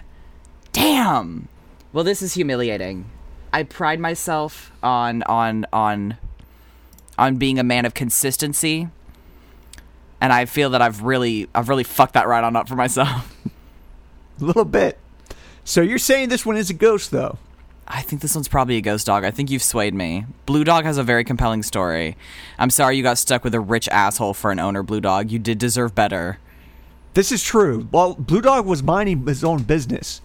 Speaker 2: Damn. Well, this is humiliating. I pride myself on on on on being a man of consistency, and I feel that I've really I've really fucked that right on up for myself.
Speaker 1: A little bit. So you're saying this one is a ghost, though?
Speaker 2: I think this one's probably a ghost dog. I think you've swayed me. Blue Dog has a very compelling story. I'm sorry you got stuck with a rich asshole for an owner, Blue Dog. You did deserve better.
Speaker 1: This is true. Well, Blue Dog was minding his own business.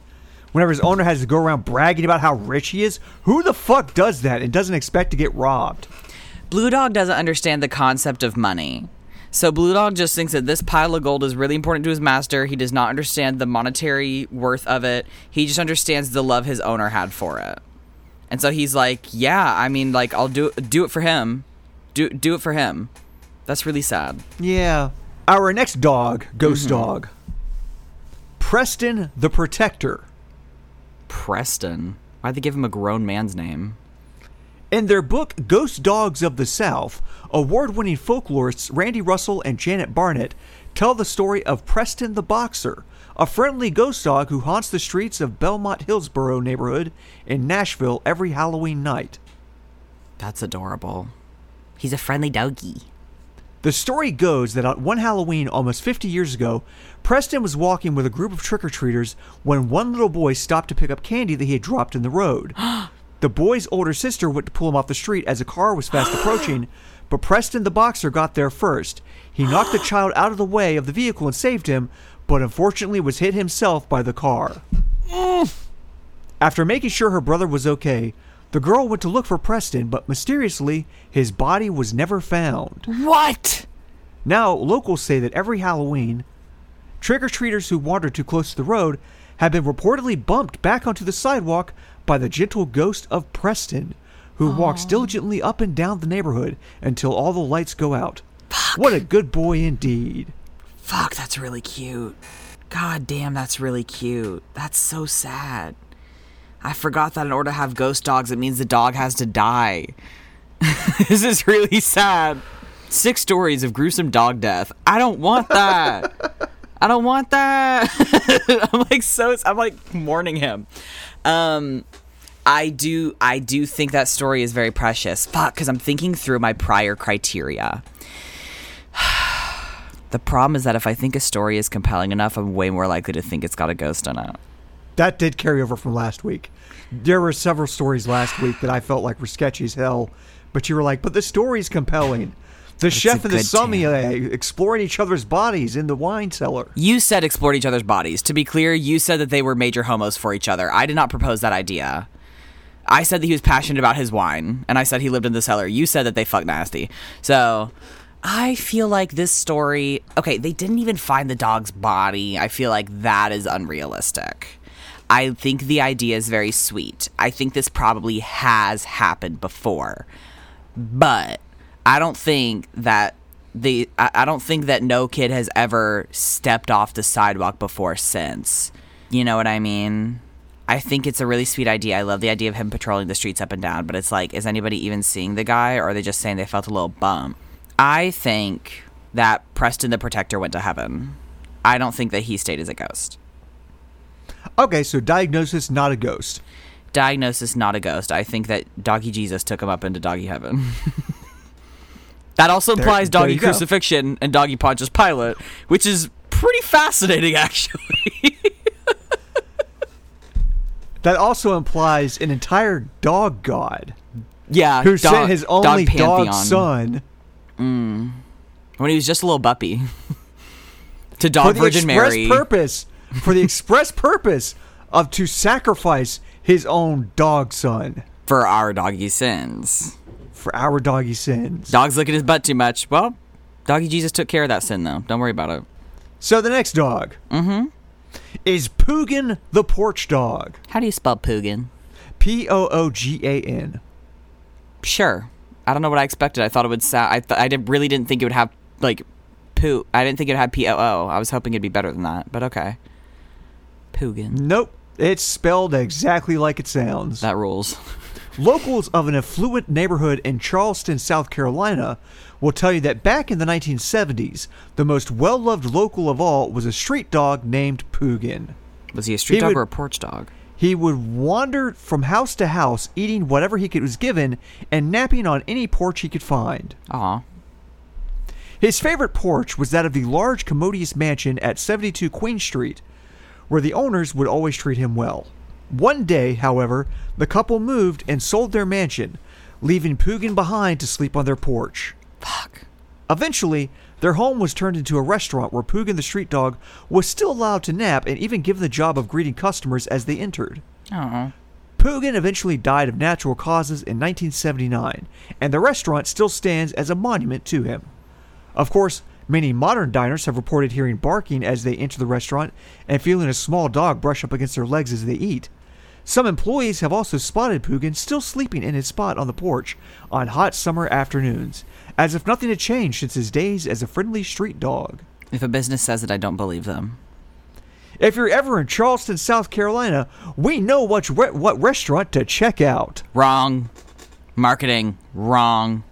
Speaker 1: Whenever his owner has to go around bragging about how rich he is, who the fuck does that and doesn't expect to get robbed?
Speaker 2: Blue Dog doesn't understand the concept of money. So Blue Dog just thinks that this pile of gold is really important to his master. He does not understand the monetary worth of it. He just understands the love his owner had for it. And so he's like, "Yeah, I mean, like I'll do do it for him. Do do it for him." That's really sad.
Speaker 1: Yeah. Our next dog, Ghost Dog. Preston the Protector.
Speaker 2: Preston. Why'd they give him a grown man's name?
Speaker 1: In their book Ghost Dogs of the South, award winning folklorists Randy Russell and Janet Barnett tell the story of Preston the Boxer, a friendly ghost dog who haunts the streets of Belmont Hillsboro neighborhood in Nashville every Halloween night.
Speaker 2: That's adorable. He's a friendly doggy.
Speaker 1: The story goes that on one Halloween almost 50 years ago, Preston was walking with a group of trick or treaters when one little boy stopped to pick up candy that he had dropped in the road. the boy's older sister went to pull him off the street as a car was fast approaching, but Preston the boxer got there first. He knocked the child out of the way of the vehicle and saved him, but unfortunately was hit himself by the car. After making sure her brother was okay, the girl went to look for Preston, but mysteriously, his body was never found.
Speaker 2: What?
Speaker 1: Now, locals say that every Halloween, trick or treaters who wander too close to the road have been reportedly bumped back onto the sidewalk by the gentle ghost of Preston, who walks diligently up and down the neighborhood until all the lights go out. What a good boy indeed.
Speaker 2: Fuck, that's really cute. God damn, that's really cute. That's so sad. I forgot that in order to have ghost dogs, it means the dog has to die. *laughs* this is really sad. Six stories of gruesome dog death. I don't want that. I don't want that. *laughs* I'm like so. I'm like mourning him. Um, I do. I do think that story is very precious. Fuck, because I'm thinking through my prior criteria. The problem is that if I think a story is compelling enough, I'm way more likely to think it's got a ghost in it.
Speaker 1: That did carry over from last week. There were several stories last week that I felt like were sketchy as hell, but you were like, but the story's compelling. The chef and
Speaker 2: a
Speaker 1: the
Speaker 2: good tale.
Speaker 1: sommelier exploring each other's bodies in the wine cellar.
Speaker 2: You said explored each other's bodies. To be clear, you said that they were major homos for each other. I did not propose that idea. I said that he was passionate about his wine, and I said he lived in the cellar. You said that they fucked nasty. So I feel like this story okay, they didn't even find the dog's body. I feel like that is unrealistic. I think the idea is very sweet. I think this probably has happened before. but I don't think that the I, I don't think that no kid has ever stepped off the sidewalk before since. You know what I mean? I think it's a really sweet idea. I love the idea of him patrolling the streets up and down, but it's like, is anybody even seeing the guy or are they just saying they felt a little bump? I think that Preston the Protector went to heaven. I don't think that he stayed as a ghost.
Speaker 1: Okay, so diagnosis not a ghost.
Speaker 2: Diagnosis not a ghost. I think that Doggy Jesus took him up into Doggy Heaven. *laughs* that also
Speaker 1: There-
Speaker 2: implies
Speaker 1: there
Speaker 2: Doggy
Speaker 1: you go.
Speaker 2: Crucifixion and Doggy Pontius Pilate, which is pretty fascinating, *laughs* actually.
Speaker 1: That also implies an entire dog god
Speaker 2: yeah,
Speaker 1: who
Speaker 2: dog-
Speaker 1: sent his only dog,
Speaker 2: pantheon.
Speaker 1: son
Speaker 2: when he was just a little puppy *laughs* to
Speaker 1: for
Speaker 2: dog
Speaker 1: the
Speaker 2: Virgin
Speaker 1: express
Speaker 2: Mary.
Speaker 1: purpose for
Speaker 2: *laughs*
Speaker 1: the express purpose of to sacrifice his own dog son
Speaker 2: for our doggy sins.
Speaker 1: for our doggy sins.
Speaker 2: Dog's looking his butt too much. Well, doggy Jesus took care of that sin though. Don't worry about it.
Speaker 1: So the next dog
Speaker 2: Mm-hmm.
Speaker 1: is Pugin the porch dog.
Speaker 2: How do you spell Pugin?
Speaker 1: P O O G A N.
Speaker 2: Sure. I don't know what I expected. I thought it would sound. I th- I did, really didn't think it would have like poo. I didn't think it had P O O. I was hoping it'd be better than that, but okay. Pugin.
Speaker 1: Nope, it's spelled exactly like it sounds.
Speaker 2: That rules.
Speaker 1: Locals of an affluent neighborhood in Charleston, South Carolina, will tell you that back in the 1970s, the most well loved local of all was a street dog named Pugin.
Speaker 2: Was he a street
Speaker 1: He
Speaker 2: dog
Speaker 1: would-
Speaker 2: or a porch dog?
Speaker 1: He would wander from house to house, eating whatever he could, was given and napping on any porch he could find.
Speaker 2: Aw.
Speaker 1: His favorite porch was that of the large, commodious mansion at 72 Queen Street, where the owners would always treat him well. One day, however, the couple moved and sold their mansion, leaving Pugin behind to sleep on their porch.
Speaker 2: Fuck.
Speaker 1: Eventually, their home was turned into a restaurant where Pugin the street dog was still allowed to nap and even given the job of greeting customers as they entered.
Speaker 2: Aw.
Speaker 1: Pugin eventually died of natural causes in 1979, and the restaurant still stands as a monument to him. Of course, many modern diners have reported hearing barking as they enter the restaurant and feeling a small dog brush up against their legs as they eat. Some employees have also spotted Pugin still sleeping in his spot on the porch on hot summer afternoons, as if nothing had changed since his days as a friendly street dog.
Speaker 2: If a business says it, I don't believe them.
Speaker 1: If you're ever in Charleston, South Carolina, we know what, re- what restaurant to check out.
Speaker 2: Wrong. Marketing. Wrong.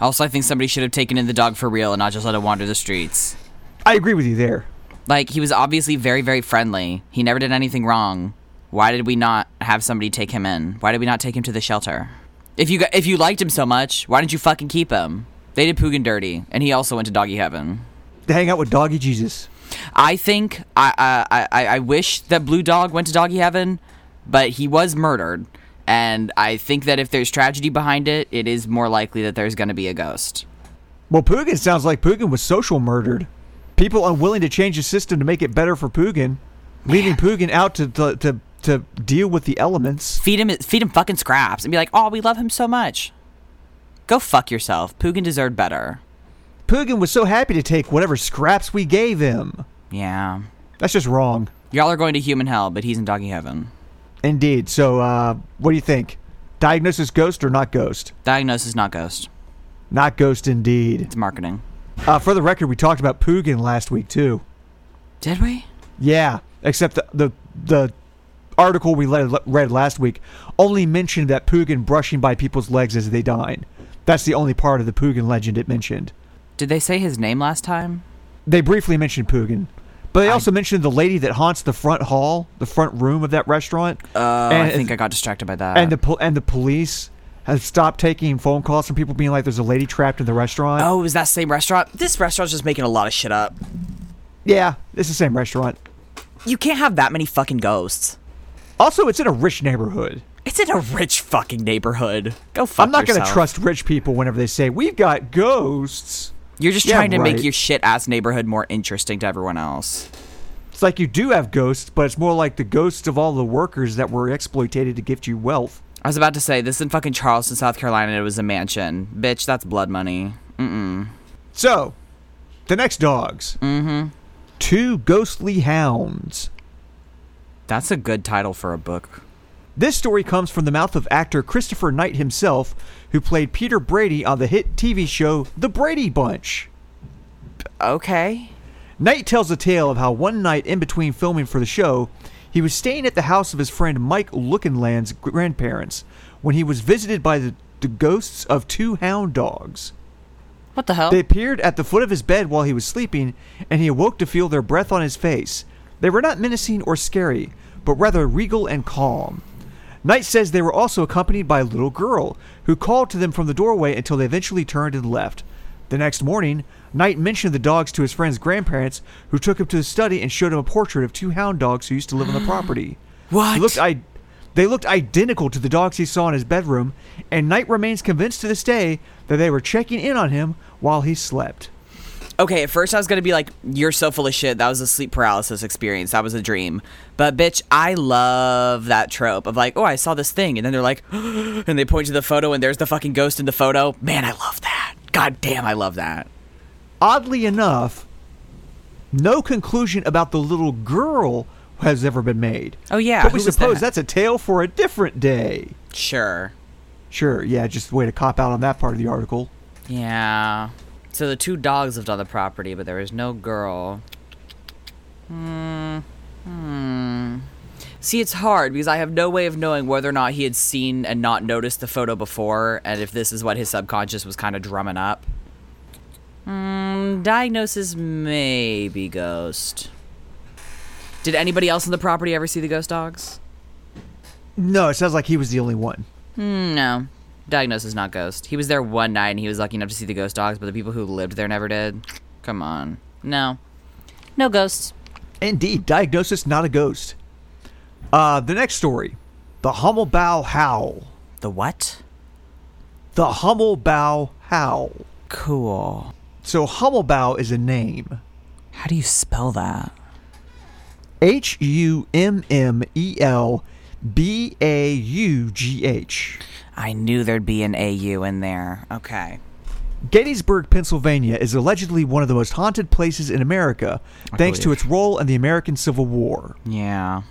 Speaker 2: Also, I think somebody should have taken in the dog for real and not just let it wander the streets.
Speaker 1: I agree with you there.
Speaker 2: Like, he was obviously very, very friendly. He never did anything wrong. Why did we not have somebody take him in? Why did we not take him to the shelter? If you got, if you liked him so much, why didn't you fucking keep him? They did Pugin dirty, and he also went to doggy heaven.
Speaker 1: to hang out with Doggy Jesus.
Speaker 2: I think I I, I I wish that Blue Dog went to doggy heaven, but he was murdered, and I think that if there's tragedy behind it, it is more likely that there's going to be a ghost.
Speaker 1: Well, Pugin sounds like Pugin was social murdered. People unwilling to change the system to make it better for Pugin, leaving Pugin out to, to to to deal with the elements.
Speaker 2: feed him feed him fucking scraps and be like, "Oh, we love him so much." Go fuck yourself. Pugin deserved better.
Speaker 1: Pugin was so happy to take whatever scraps we gave him.
Speaker 2: Yeah.
Speaker 1: That's just wrong,
Speaker 2: Y'all are going to human hell, but he's in doggy heaven.
Speaker 1: indeed. So, uh, what do you think? Diagnosis ghost or not ghost?
Speaker 2: Diagnosis not ghost.
Speaker 1: Not ghost, indeed.
Speaker 2: It's marketing.
Speaker 1: Uh, for the record, we talked about Pugin last week too.
Speaker 2: Did we?
Speaker 1: Yeah, except the the, the article we le- read last week only mentioned that Pugin brushing by people's legs as they dine. That's the only part of the Pugin legend it mentioned.
Speaker 2: Did they say his name last time?
Speaker 1: They briefly mentioned Pugin, but they
Speaker 2: I-
Speaker 1: also mentioned the lady that haunts the front hall, the front room of that restaurant,
Speaker 2: Uh, I
Speaker 1: And-
Speaker 2: think I got distracted by that.
Speaker 1: and the pol- and the police have stopped taking phone calls from people being like, "There's a lady trapped in the restaurant."
Speaker 2: oh, it was that same restaurant? This restaurant's just making a lot of shit up.
Speaker 1: Yeah, it's the same restaurant.
Speaker 2: You can't have that many fucking ghosts.
Speaker 1: Also, it's in a rich neighborhood.
Speaker 2: It's in a rich fucking neighborhood. Go fuck
Speaker 1: I'm not going to
Speaker 2: yourself.
Speaker 1: trust rich people whenever they say we've got ghosts.
Speaker 2: You're just
Speaker 1: Yeah,
Speaker 2: trying to make
Speaker 1: right.
Speaker 2: your shit ass neighborhood more interesting to everyone else.
Speaker 1: It's like you do have ghosts, but it's more like the ghosts of all the workers that were exploited to gift you wealth.
Speaker 2: I was about to say this in fucking Charleston, South Carolina. It was a mansion, bitch. That's blood money. Mm-mm.
Speaker 1: So, the next dogs. Mm-hmm. Two ghostly hounds.
Speaker 2: That's a good title for a book.
Speaker 1: This story comes from the mouth of actor Christopher Knight himself, who played Peter Brady on the hit TV show The Brady Bunch.
Speaker 2: Okay.
Speaker 1: Knight tells a tale of how one night in between filming for the show, He was staying at the house of his friend Mike Lookinland's grandparents when he was visited by the, the ghosts of two hound dogs.
Speaker 2: What the hell?
Speaker 1: They appeared at the foot of his bed while he was sleeping, and he awoke to feel their breath on his face. They were not menacing or scary, but rather regal and calm. Knight says they were also accompanied by a little girl, who called to them from the doorway until they eventually turned and left. The next morning, Knight mentioned the dogs to his friend's grandparents, who took him to the study and showed him a portrait of two hound dogs who used to live on the property.
Speaker 2: What?
Speaker 1: He looked I- they looked identical to the dogs he saw in his bedroom, and Knight remains convinced to this day that they were checking in on him while he slept.
Speaker 2: okay, at first I was gonna be like, "You're so full of shit." That was a sleep paralysis experience. That was a dream. But bitch, I love that trope of like, "Oh, I saw this thing," and then they're like, *gasps* and they point to the photo, and there's the fucking ghost in the photo. Man, I love that. God damn, I love that.
Speaker 1: Oddly enough, no conclusion about the little girl has ever been made.
Speaker 2: Oh, yeah,
Speaker 1: But we
Speaker 2: who was
Speaker 1: suppose
Speaker 2: that?
Speaker 1: that's a tale for a different day.
Speaker 2: Sure.
Speaker 1: Sure, yeah, just way to cop out on that part of the article.
Speaker 2: Yeah. So the two dogs lived on the property, but there was no girl. Hmm. Hmm. See, it's hard because I have no way of knowing whether or not he had seen and not noticed the photo before, and if this is what his subconscious was kind of drumming up. Hmm. Diagnosis maybe ghost. Did anybody else on the property ever see the ghost dogs?
Speaker 1: No, it sounds like he was the only one.
Speaker 2: Mm, No. Diagnosis not ghost. He was there one night and he was lucky enough to see the ghost dogs, but the people who lived there never did. Come on. No. No ghosts.
Speaker 1: Indeed, diagnosis not a ghost. Uh, the next story The Hummelbow Howl.
Speaker 2: The what?
Speaker 1: The Hummelbow Howl.
Speaker 2: Cool.
Speaker 1: So, Hummelbow is a name.
Speaker 2: How do you spell that?
Speaker 1: H U M M E L B A U G H.
Speaker 2: I knew there'd be an AU in there. Okay.
Speaker 1: Gettysburg, Pennsylvania is allegedly one of the most haunted places in America, thanks to
Speaker 2: believe.
Speaker 1: its role in the American Civil War.
Speaker 2: Yeah.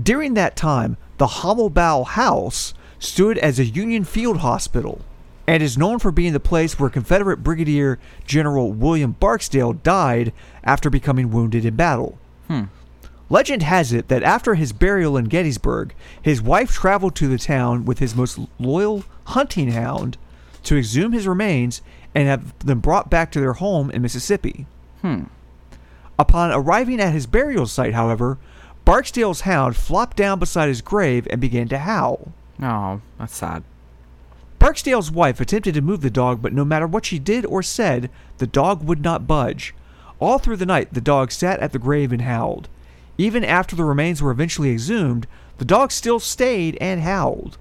Speaker 1: During that time, the Hommelbau House stood as a Union field hospital and is known for being the place where Confederate Brigadier General William Barksdale died after becoming wounded in battle. Legend has it that after his burial in Gettysburg, his wife traveled to the town with his most loyal hunting hound to exhume his remains and have them brought back to their home in Mississippi. Upon arriving at his burial site, however, Barksdale's hound flopped down beside his grave and began to howl.
Speaker 2: Oh, that's sad.
Speaker 1: Barksdale's wife attempted to move the dog, but no matter what she did or said, the dog would not budge. All through the night, the dog sat at the grave and howled. Even after the remains were eventually exhumed, the dog still stayed and howled.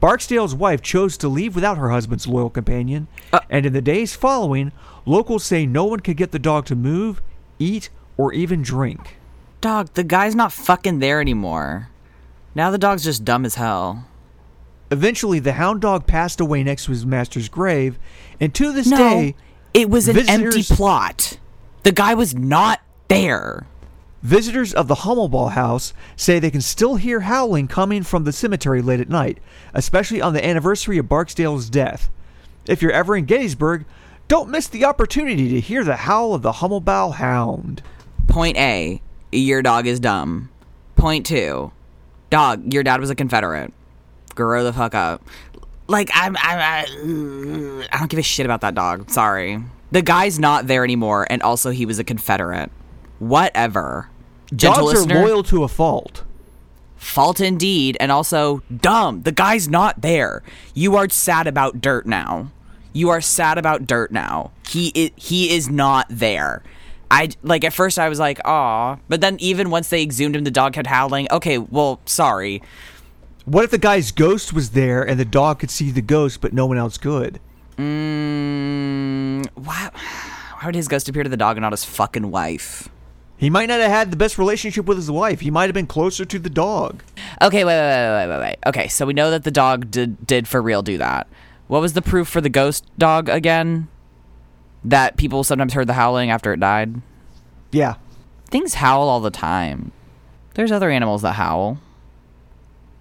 Speaker 1: Barksdale's wife chose to leave without her husband's loyal companion, and in the days following, locals say no one could get the dog to move, eat, or even drink.
Speaker 2: Dog, the guy's not fucking there anymore. Now the dog's just dumb as hell.
Speaker 1: Eventually, the hound dog passed away next to his master's grave, and to this day,
Speaker 2: it was an empty
Speaker 1: visitors-
Speaker 2: plot. The guy was not there.
Speaker 1: Visitors of the Hummelball House say they can still hear howling coming from the cemetery late at night, especially on the anniversary of Barksdale's death. If you're ever in Gettysburg, don't miss the opportunity to hear the howl of the Hummelbow Hound.
Speaker 2: Point A, your dog is dumb. Point two, dog, your dad was a Confederate. Grow the fuck up. Like I'm, I'm, I, I don't give a shit about that dog. Sorry, the guy's not there anymore, and also he was a Confederate. Whatever. Gentle
Speaker 1: Dogs
Speaker 2: listener,
Speaker 1: are loyal to a fault.
Speaker 2: fault indeed, and also dumb. The guy's not there. You are sad about dirt now. You are sad about dirt now. He is, he is not there. I like at first I was like, "Aw," but then even once they exhumed him, the dog kept howling. Okay, well, sorry.
Speaker 1: What if the guy's ghost was there and the dog could see the ghost but no one else could?
Speaker 2: Mm, why, why would his ghost appear to the dog and not his fucking wife?
Speaker 1: He might not have had the best relationship with his wife. He might have been closer to the dog.
Speaker 2: Okay, wait, wait, wait, wait, wait, wait. Okay, so we know that the dog did did for real do that. What was the proof for the ghost dog again? That people sometimes heard the howling after it died.
Speaker 1: Yeah.
Speaker 2: Things howl all the time. There's other animals that howl.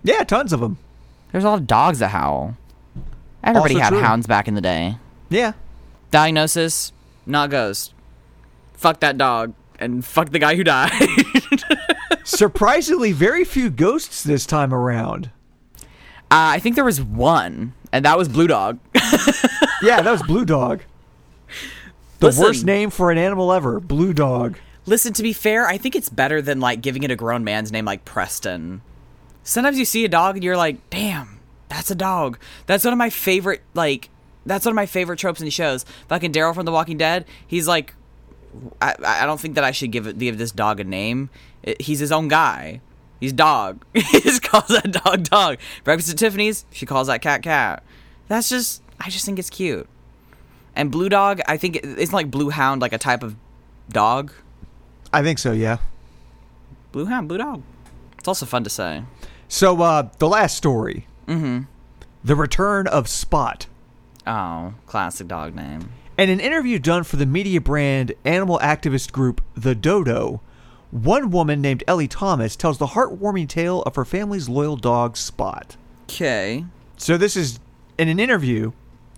Speaker 1: Yeah, tons of them.
Speaker 2: There's a lot of dogs that howl. Everybody
Speaker 1: Also
Speaker 2: had
Speaker 1: true.
Speaker 2: hounds back in the day.
Speaker 1: Yeah.
Speaker 2: Diagnosis: not ghost. Fuck that dog and fuck the guy who died.
Speaker 1: Surprisingly, very few ghosts this time around.
Speaker 2: *laughs* Uh, I think there was one, and that was Blue Dog.
Speaker 1: Yeah, that was Blue Dog. The worst
Speaker 2: Listen.
Speaker 1: name for an animal ever, Blue Dog.
Speaker 2: Listen, to be fair, I think it's better than like giving it a grown man's name like Preston. Sometimes you see a dog and you're like, damn, that's a dog. That's one of my favorite, like, that's one of my favorite tropes in shows. Fucking Daryl from The Walking Dead, he's like, I, I don't think that I should give it, give this dog a name. It- he's his own guy. He's dog. *laughs* he just calls that dog dog. Breakfast at Tiffany's, she calls that cat cat. That's just, I just think it's cute. And Blue Dog, I think, isn't like Blue Hound like a type of dog?
Speaker 1: I think so, yeah.
Speaker 2: Blue hound, blue dog. It's also fun to say.
Speaker 1: So, uh, the last story. Mm-hmm. The return of Spot.
Speaker 2: Oh, classic dog name.
Speaker 1: In an interview done for the media brand animal activist group The Dodo, one woman named Ellie Thomas tells the heartwarming tale of her family's loyal dog, Spot.
Speaker 2: Okay.
Speaker 1: So, this is in an interview.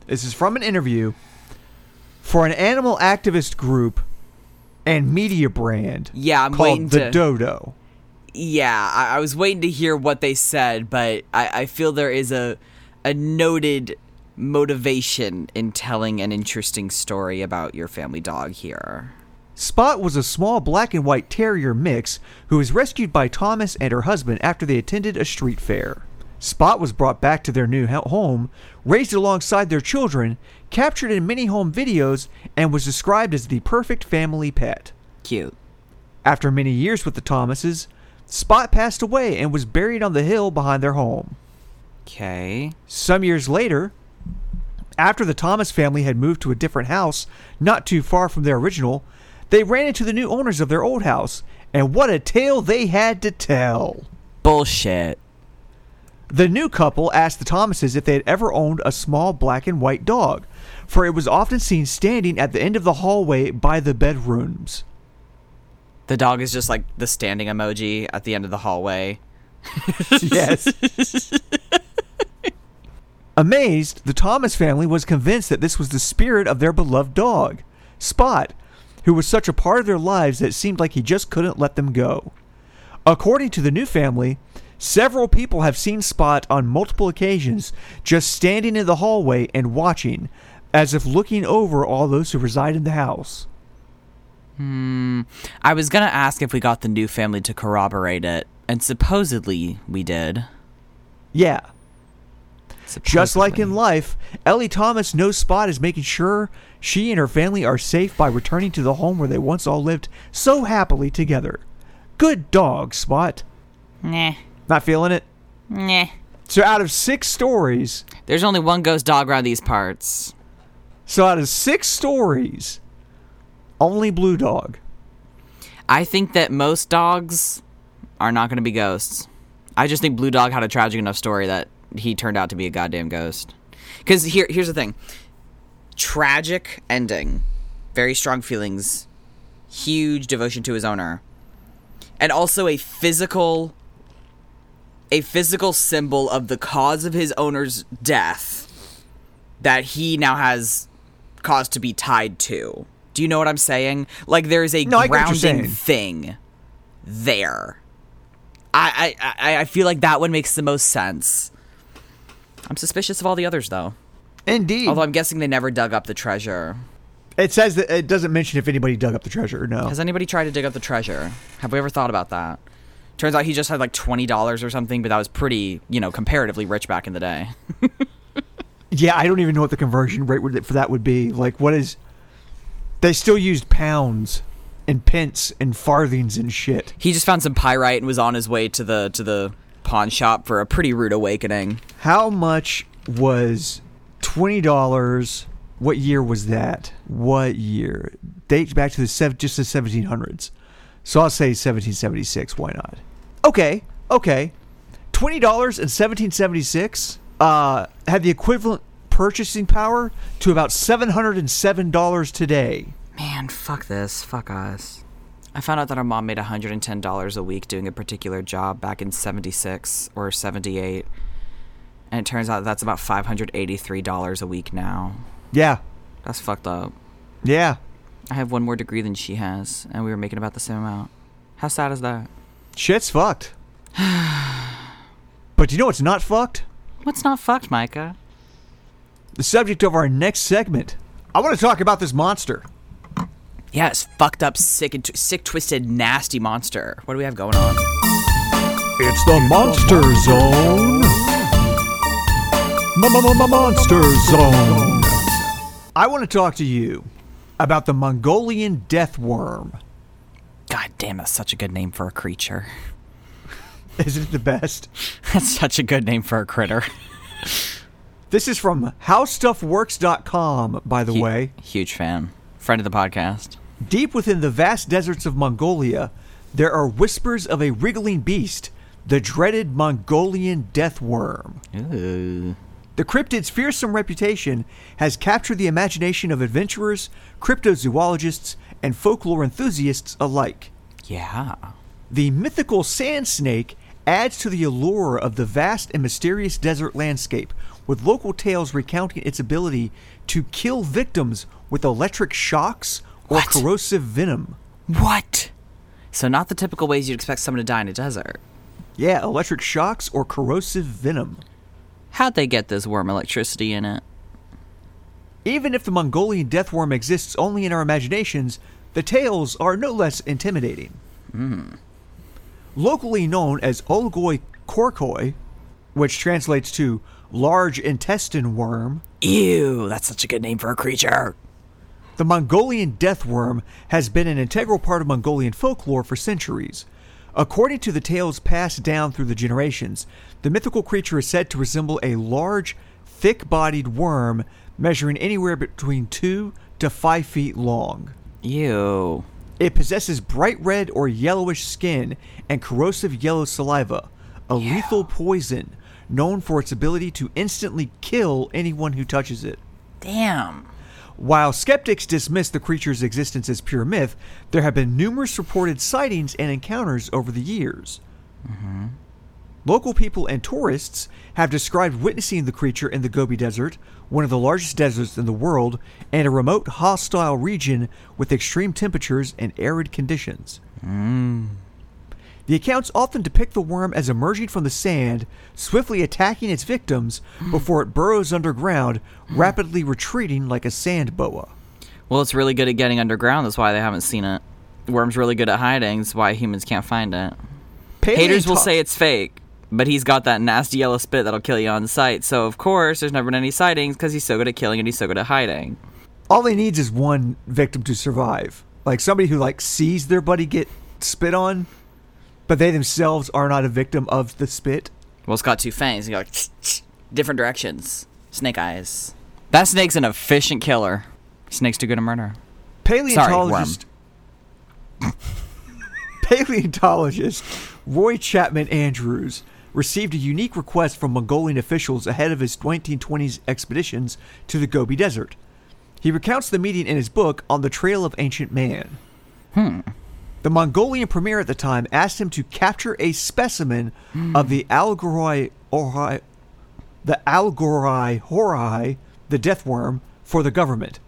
Speaker 1: This is from an interview for an animal activist group and media brand
Speaker 2: Yeah, I'm
Speaker 1: called
Speaker 2: waiting
Speaker 1: The
Speaker 2: to-
Speaker 1: Dodo.
Speaker 2: Yeah, I, I was waiting to hear what they said, but I, I feel there is a a noted motivation in telling an interesting story about your family dog here.
Speaker 1: Spot was a small black and white terrier mix who was rescued by Thomas and her husband after they attended a street fair. Spot was brought back to their new ho- home, raised alongside their children, captured in many home videos, and was described as the perfect family pet.
Speaker 2: Cute.
Speaker 1: After many years with the Thomases, Spot passed away and was buried on the hill behind their home.
Speaker 2: Okay.
Speaker 1: Some years later, after the Thomas family had moved to a different house not too far from their original, they ran into the new owners of their old house, and what a tale they had to tell.
Speaker 2: Bullshit.
Speaker 1: The new couple asked the Thomases if they had ever owned a small black and white dog, for it was often seen standing at the end of the hallway by the bedrooms.
Speaker 2: The dog is just like the standing emoji at the end of the hallway.
Speaker 1: Yes. Amazed, the Thomas family was convinced that this was the spirit of their beloved dog, Spot, who was such a part of their lives that it seemed like he just couldn't let them go. According to the new family, several people have seen Spot on multiple occasions just standing in the hallway and watching, as if looking over all those who reside in the house.
Speaker 2: I was gonna ask if we got the new family to corroborate it, and supposedly we did.
Speaker 1: Yeah, Just like
Speaker 2: Supposedly.
Speaker 1: in life, Ellie Thomas knows Spot is making sure she and her family are safe by returning to the home where they once all lived so happily together. Good dog, Spot.
Speaker 2: Nah.
Speaker 1: Not feeling it?
Speaker 2: Nah.
Speaker 1: So out of six stories,
Speaker 2: There's only one ghost dog around these parts.
Speaker 1: so out of six stories, only Blue Dog.
Speaker 2: I think that most dogs are not going to be ghosts. I just think Blue Dog had a tragic enough story that he turned out to be a goddamn ghost. Because here, here's the thing tragic ending, very strong feelings, huge devotion to his owner, and also a physical. A physical symbol of the cause of his owner's death that he now has cause to be tied to. Do you know what I'm saying? Like there is a
Speaker 1: No, I get what you're
Speaker 2: grounding
Speaker 1: saying.
Speaker 2: thing there. I, I I I feel like that one makes the most sense. I'm suspicious of all the others though.
Speaker 1: Indeed.
Speaker 2: Although I'm guessing they never dug up the treasure.
Speaker 1: it says that it doesn't mention if anybody dug up the treasure, no.
Speaker 2: Has anybody tried to dig up the treasure? Have we ever thought about that? Turns out he just had like twenty dollars or something, but that was pretty, you know, comparatively rich back in the day.
Speaker 1: Yeah, I don't even know what the conversion rate would- for that would be. Like, what is. They still used pounds and pence and farthings and shit.
Speaker 2: He just found some pyrite and was on his way to the to the pawn shop for a pretty rude awakening.
Speaker 1: How much was twenty dollars? What year was that? What year? Dates back to the sev- just the seventeen hundreds. So I'll say seventeen seventy six. Why not? Okay, okay. Twenty dollars in seventeen seventy six uh, had the equivalent purchasing power to about seven hundred and seven dollars today.
Speaker 2: Man, fuck this. Fuck us. I found out that our mom made $110 a week doing a particular job back in 76 or 78. And it turns out that's about $583 a week now.
Speaker 1: Yeah,
Speaker 2: That's fucked up.
Speaker 1: yeah.
Speaker 2: I have one more degree than she has, and we were making about the same amount. How sad is that?
Speaker 1: Shit's fucked. *sighs* but do you know what's not fucked?
Speaker 2: What's not fucked, Micah?
Speaker 1: The subject of our next segment. I want to talk about this monster.
Speaker 2: Yeah, it's fucked up, sick, and tw- sick, twisted, nasty monster. What do we have going on?
Speaker 1: It's the Monster Zone. Monster Zone. I want to talk to you about the Mongolian death worm. *laughs*
Speaker 2: God damn, that's such a good name for a creature. *laughs*
Speaker 1: Isn't it the best?
Speaker 2: That's such a good name for a critter.
Speaker 1: This is from howstuffworks.com, by the way.
Speaker 2: Huge fan. Friend of the podcast.
Speaker 1: Deep within the vast deserts of Mongolia, there are whispers of a wriggling beast, the dreaded Mongolian death worm.
Speaker 2: Ooh.
Speaker 1: The cryptid's fearsome reputation has captured the imagination of adventurers, cryptozoologists, and folklore enthusiasts alike.
Speaker 2: Yeah.
Speaker 1: The mythical sand snake adds to the allure of the vast and mysterious desert landscape, with local tales recounting its ability to kill victims with electric shocks or
Speaker 2: What?
Speaker 1: corrosive venom.
Speaker 2: What? So, not the typical ways you'd expect someone to die in a desert.
Speaker 1: Yeah, electric shocks or corrosive venom.
Speaker 2: How'd they get this worm electricity in it?
Speaker 1: Even if the Mongolian death worm exists only in our imaginations, the tales are no less intimidating. Locally known as Olgoi Korkoi, which translates to large intestine worm,
Speaker 2: Ew, that's such a good name for a creature.
Speaker 1: The Mongolian death worm has been an integral part of Mongolian folklore for centuries. According to the tales passed down through the generations, the mythical creature is said to resemble a large, thick bodied worm measuring anywhere between 2 to 5 feet long.
Speaker 2: Ew.
Speaker 1: It possesses bright red or yellowish skin and corrosive yellow saliva, a lethal poison known for its ability to instantly kill anyone who touches it.
Speaker 2: Damn.
Speaker 1: While skeptics dismiss the creature's existence as pure myth, there have been numerous reported sightings and encounters over the years. Local people and tourists have described witnessing the creature in the Gobi Desert, one of the largest deserts in the world, and a remote hostile region with extreme temperatures and arid conditions. The accounts often depict the worm as emerging from the sand, swiftly attacking its victims before it burrows underground, rapidly retreating like a sand boa.
Speaker 2: Well, it's really good at getting underground. That's why they haven't seen it. Worm's really good at hiding. That's why humans can't find it. Haters will
Speaker 1: Paleonto-
Speaker 2: say it's fake, but he's got that nasty yellow spit that'll kill you on sight. So, of course, there's never been any sightings because he's so good at killing and he's so good at hiding.
Speaker 1: all he needs is one victim to survive, like somebody who like sees their buddy get spit on, but they themselves are not a victim of the spit.
Speaker 2: Well, it's got two fangs. And you go like, *sniffs* different directions. Snake eyes. That snake's an efficient killer. Snake's too good at murder.
Speaker 1: Paleontologist. *laughs* Paleontologist Roy Chapman Andrews received a unique request from Mongolian officials ahead of his 1920s expeditions to the Gobi Desert. He recounts the meeting in his book On the Trail of Ancient Man. Hmm. The Mongolian premier at the time asked him to capture a specimen of the Algoroi Orhai, the Algoroi Horai, the death worm, for the government.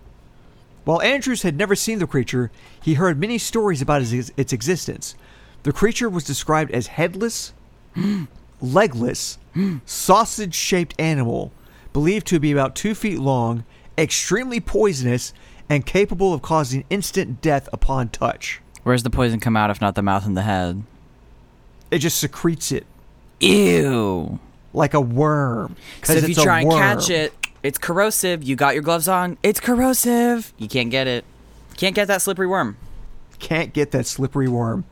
Speaker 1: While Andrews had never seen the creature, he heard many stories about his, its existence. The creature was described as headless, *gasps*
Speaker 2: *gasps*
Speaker 1: legless, sausage shaped animal, believed to be about two feet long, extremely poisonous, and capable of causing instant death upon touch.
Speaker 2: Where's the poison come out if not the mouth and the head?
Speaker 1: It just secretes it
Speaker 2: Ew.
Speaker 1: like a worm. 'cause
Speaker 2: So if
Speaker 1: it's
Speaker 2: you
Speaker 1: a
Speaker 2: try and catch
Speaker 1: worm.
Speaker 2: it, it's corrosive. You got your gloves on. It's corrosive. You can't get it. Can't get that slippery worm.
Speaker 1: can't get that slippery worm.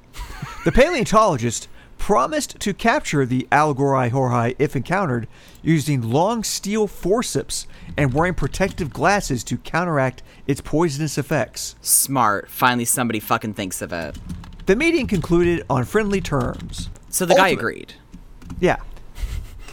Speaker 1: The paleontologist promised to capture the Algorai Horhai if encountered using long steel forceps and wearing protective glasses to counteract its poisonous effects.
Speaker 2: Smart. Finally, somebody fucking thinks of it.
Speaker 1: The meeting concluded on friendly terms.
Speaker 2: So the guy
Speaker 1: Ultimate-
Speaker 2: agreed.
Speaker 1: Yeah.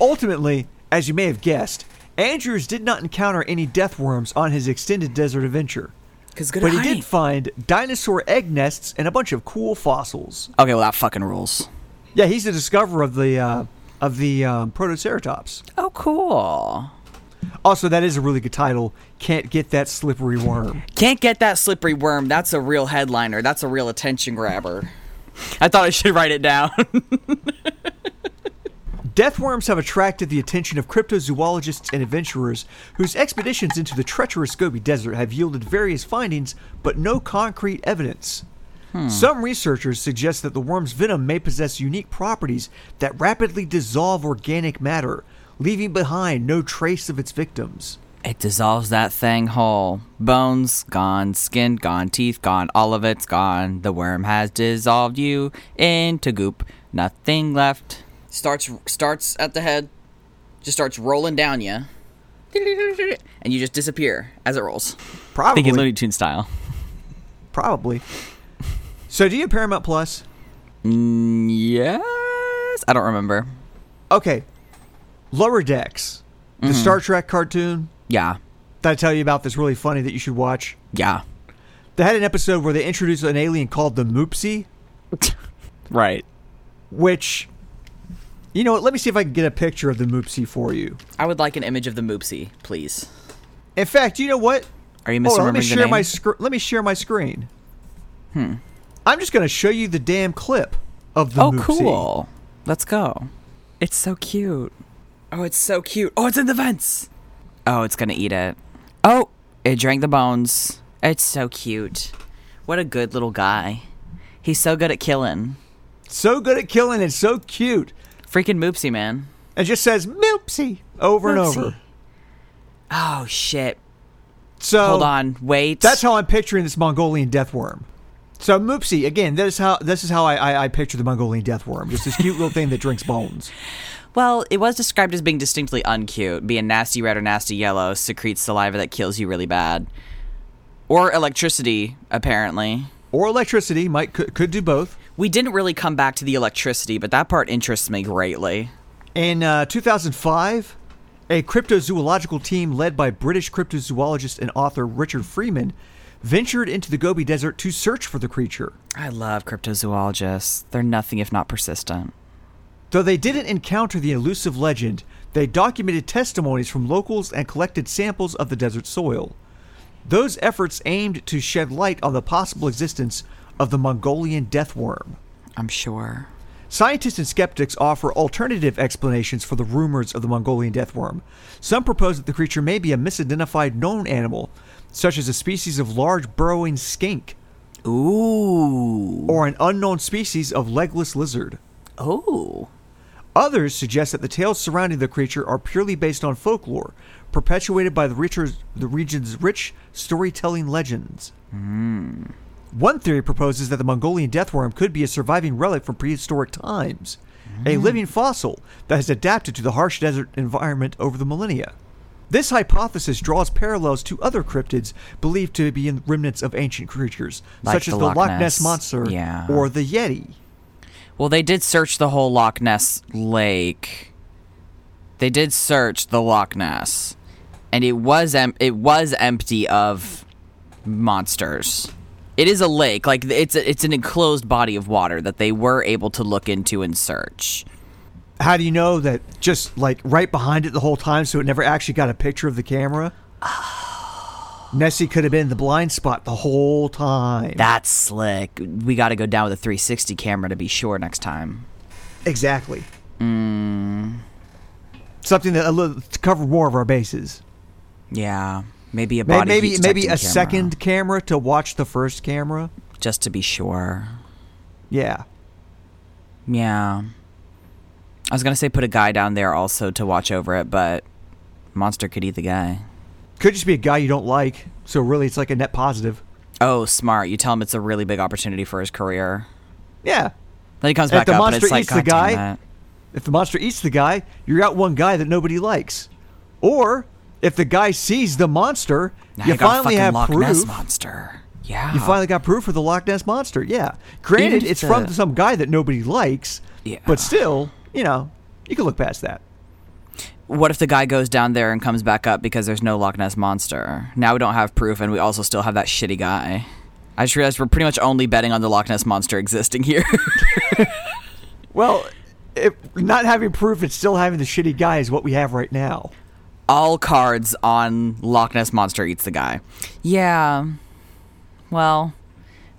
Speaker 1: Ultimately, as you may have guessed, Andrews did not encounter any death worms on his extended desert adventure.
Speaker 2: Because good
Speaker 1: But he did find dinosaur egg nests and a bunch of cool fossils.
Speaker 2: okay, well, that fucking rules.
Speaker 1: Yeah, he's the discoverer of the uh, of the um, Protoceratops.
Speaker 2: Oh, cool.
Speaker 1: Also, that is a really good title. Can't get that slippery worm.
Speaker 2: Can't get that slippery worm. That's a real headliner. That's a real attention grabber. *laughs* I thought I should write it down. *laughs*
Speaker 1: Death worms have attracted the attention of cryptozoologists and adventurers whose expeditions into the treacherous Gobi Desert have yielded various findings, but no concrete evidence. Some researchers suggest that the worm's venom may possess unique properties that rapidly dissolve organic matter, leaving behind no trace of its victims.
Speaker 2: it dissolves that thing whole. Bones gone, skin gone, teeth gone, all of it's gone. The worm has dissolved you into goop. Nothing left. Starts starts at the head, just starts rolling down you, and you just disappear as it rolls.
Speaker 1: Probably.
Speaker 2: Thinking Looney Tune style.
Speaker 1: probably. So, do you have Paramount Plus?
Speaker 2: Mm, Yes, I don't remember.
Speaker 1: Okay. Lower Decks,
Speaker 2: Mm-hmm.
Speaker 1: the Star Trek cartoon
Speaker 2: Yeah,
Speaker 1: that I tell you about that's really funny that you should watch.
Speaker 2: yeah,
Speaker 1: They had an episode where they introduced an alien called the Moopsie,
Speaker 2: right.
Speaker 1: which, you know what? Let me see if I can get a picture of the Moopsie for you.
Speaker 2: I would like an image of the Moopsie, please.
Speaker 1: In fact, you know what?
Speaker 2: Are you
Speaker 1: Hold on, let me
Speaker 2: misremembering the
Speaker 1: share
Speaker 2: name?
Speaker 1: my sc- let me share my screen. Hmm. I'm just going to show you the damn clip of the
Speaker 2: oh,
Speaker 1: Moopsie.
Speaker 2: cool. Let's go. It's so cute. Oh, it's so cute. Oh, it's in the vents. Oh, it's gonna eat it. Oh, it drank the bones. It's so cute. What a good little guy. He's so good at killing.
Speaker 1: So good at killing and so cute.
Speaker 2: Freaking Moopsie, man.
Speaker 1: It just says Moopsie over
Speaker 2: Moopsie.
Speaker 1: and over.
Speaker 2: Oh shit.
Speaker 1: So
Speaker 2: Hold on. Wait.
Speaker 1: Oh. That's how I'm picturing this Mongolian death worm. So Moopsie, again, that is how this is how I, I, I picture the Mongolian death worm. Just this cute little thing that drinks bones.
Speaker 2: Well, it was described as being distinctly uncute, being nasty red or nasty yellow, secretes saliva that kills you really bad. Or electricity, apparently.
Speaker 1: Or electricity might could, could do both.
Speaker 2: We didn't really come back to the electricity, but that part interests me greatly.
Speaker 1: In uh, 2005, a cryptozoological team led by British cryptozoologist and author Richard Freeman ventured into the Gobi Desert to search for the creature.
Speaker 2: I love cryptozoologists. They're nothing if not persistent.
Speaker 1: Though they didn't encounter the elusive legend, they documented testimonies from locals and collected samples of the desert soil. Those efforts aimed to shed light on the possible existence of the Mongolian death worm.
Speaker 2: I'm sure.
Speaker 1: Scientists and skeptics offer alternative explanations for the rumors of the Mongolian death worm. Some propose that the creature may be a misidentified known animal, such as a species of large burrowing skink
Speaker 2: Ooh.
Speaker 1: or an unknown species of legless lizard.
Speaker 2: Oh.
Speaker 1: Others suggest that the tales surrounding the creature are purely based on folklore, perpetuated by the, richer, the region's rich storytelling legends.
Speaker 2: Hmm.
Speaker 1: One theory proposes that the Mongolian death worm could be a surviving relic from prehistoric times,
Speaker 2: Hmm.
Speaker 1: a living fossil that has adapted to the harsh desert environment over the millennia. This hypothesis draws parallels to other cryptids believed to be in remnants of ancient creatures,
Speaker 2: Like
Speaker 1: such as
Speaker 2: the
Speaker 1: the Loch
Speaker 2: Loch
Speaker 1: Ness,
Speaker 2: Ness.
Speaker 1: Monster
Speaker 2: Yeah.
Speaker 1: or the Yeti.
Speaker 2: Well, they did search the whole Loch Ness lake. They did search the Loch Ness, and it was em- it was empty of monsters. It is a lake, like it's a, it's an enclosed body of water that they were able to look into and search.
Speaker 1: How do you know that just like right behind it the whole time so it never actually got a picture of the camera?
Speaker 2: Oh.
Speaker 1: Nessie could have been in the blind spot the whole time.
Speaker 2: That's slick. We got to go down with a 360 camera to be sure next time.
Speaker 1: exactly.
Speaker 2: Mm.
Speaker 1: Something that a little, to cover more of our bases.
Speaker 2: Yeah, maybe a
Speaker 1: May-
Speaker 2: body.
Speaker 1: maybe
Speaker 2: heat
Speaker 1: maybe a
Speaker 2: detecting camera,
Speaker 1: second camera to watch the first camera.
Speaker 2: just to be sure.
Speaker 1: Yeah.
Speaker 2: Yeah. I was gonna say put a guy down there also to watch over it, but monster could eat the guy.
Speaker 1: Could just be a guy you don't like, so really it's like a net positive.
Speaker 2: Oh, smart! You tell him it's a really big opportunity for his career.
Speaker 1: Yeah.
Speaker 2: Then he comes
Speaker 1: If
Speaker 2: back
Speaker 1: the
Speaker 2: up and
Speaker 1: monster
Speaker 2: it's like,
Speaker 1: eats the
Speaker 2: God damn
Speaker 1: guy-
Speaker 2: it.
Speaker 1: If the monster eats the guy, you're out one guy that nobody likes. Or if the guy sees the monster,
Speaker 2: Now
Speaker 1: you
Speaker 2: I got a
Speaker 1: finally
Speaker 2: fucking
Speaker 1: have
Speaker 2: Loch
Speaker 1: proof.
Speaker 2: Ness monster. Yeah.
Speaker 1: You finally got proof for the Loch Ness monster. Yeah. Granted,
Speaker 2: Even if
Speaker 1: it's from
Speaker 2: the-
Speaker 1: some guy that nobody likes.
Speaker 2: Yeah.
Speaker 1: But still, you know, you can look past that.
Speaker 2: what if the guy goes down there and comes back up because there's no Loch Ness monster? Now we don't have proof, and we also still have that shitty guy. I just realized we're pretty much only betting on the Loch Ness monster *laughs* existing here.
Speaker 1: Well, if not having proof and still having the shitty guy is what we have right now.
Speaker 2: all cards on Loch Ness Monster eats the guy. Yeah. Well,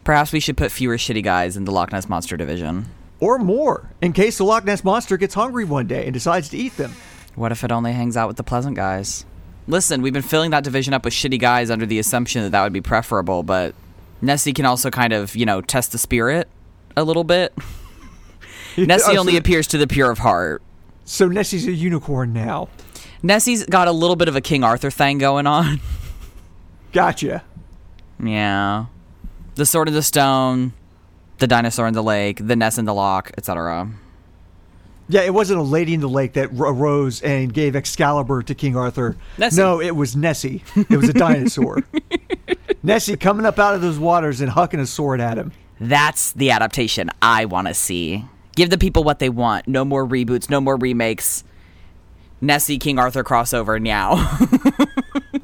Speaker 2: Perhaps we should put fewer shitty guys in the Loch Ness monster division.
Speaker 1: Or more, in case the Loch Ness monster gets hungry one day and decides to eat them. *laughs*
Speaker 2: What if it only hangs out with the pleasant guys? Listen, we've been filling that division up with shitty guys under the assumption that that would be preferable, but Nessie can also kind of, you know, test the spirit a little bit. Nessie
Speaker 1: Yeah,
Speaker 2: only
Speaker 1: so-
Speaker 2: appears to the pure of heart.
Speaker 1: So Nessie's a unicorn now.
Speaker 2: Nessie's got a little bit of a King Arthur thing going on. *laughs*
Speaker 1: Gotcha.
Speaker 2: yeah. The Sword in the Stone, the Dinosaur in the Lake, the Ness in the Lock, etc.
Speaker 1: Yeah, it wasn't a lady in the lake that r- arose and gave Excalibur to King Arthur.
Speaker 2: Nessie.
Speaker 1: No, it was Nessie. It was a dinosaur. Nessie coming up out of those waters and hucking a sword at him.
Speaker 2: That's the adaptation I want to see. Give the people what they want. No more reboots, no more remakes. Nessie King Arthur crossover now, *laughs*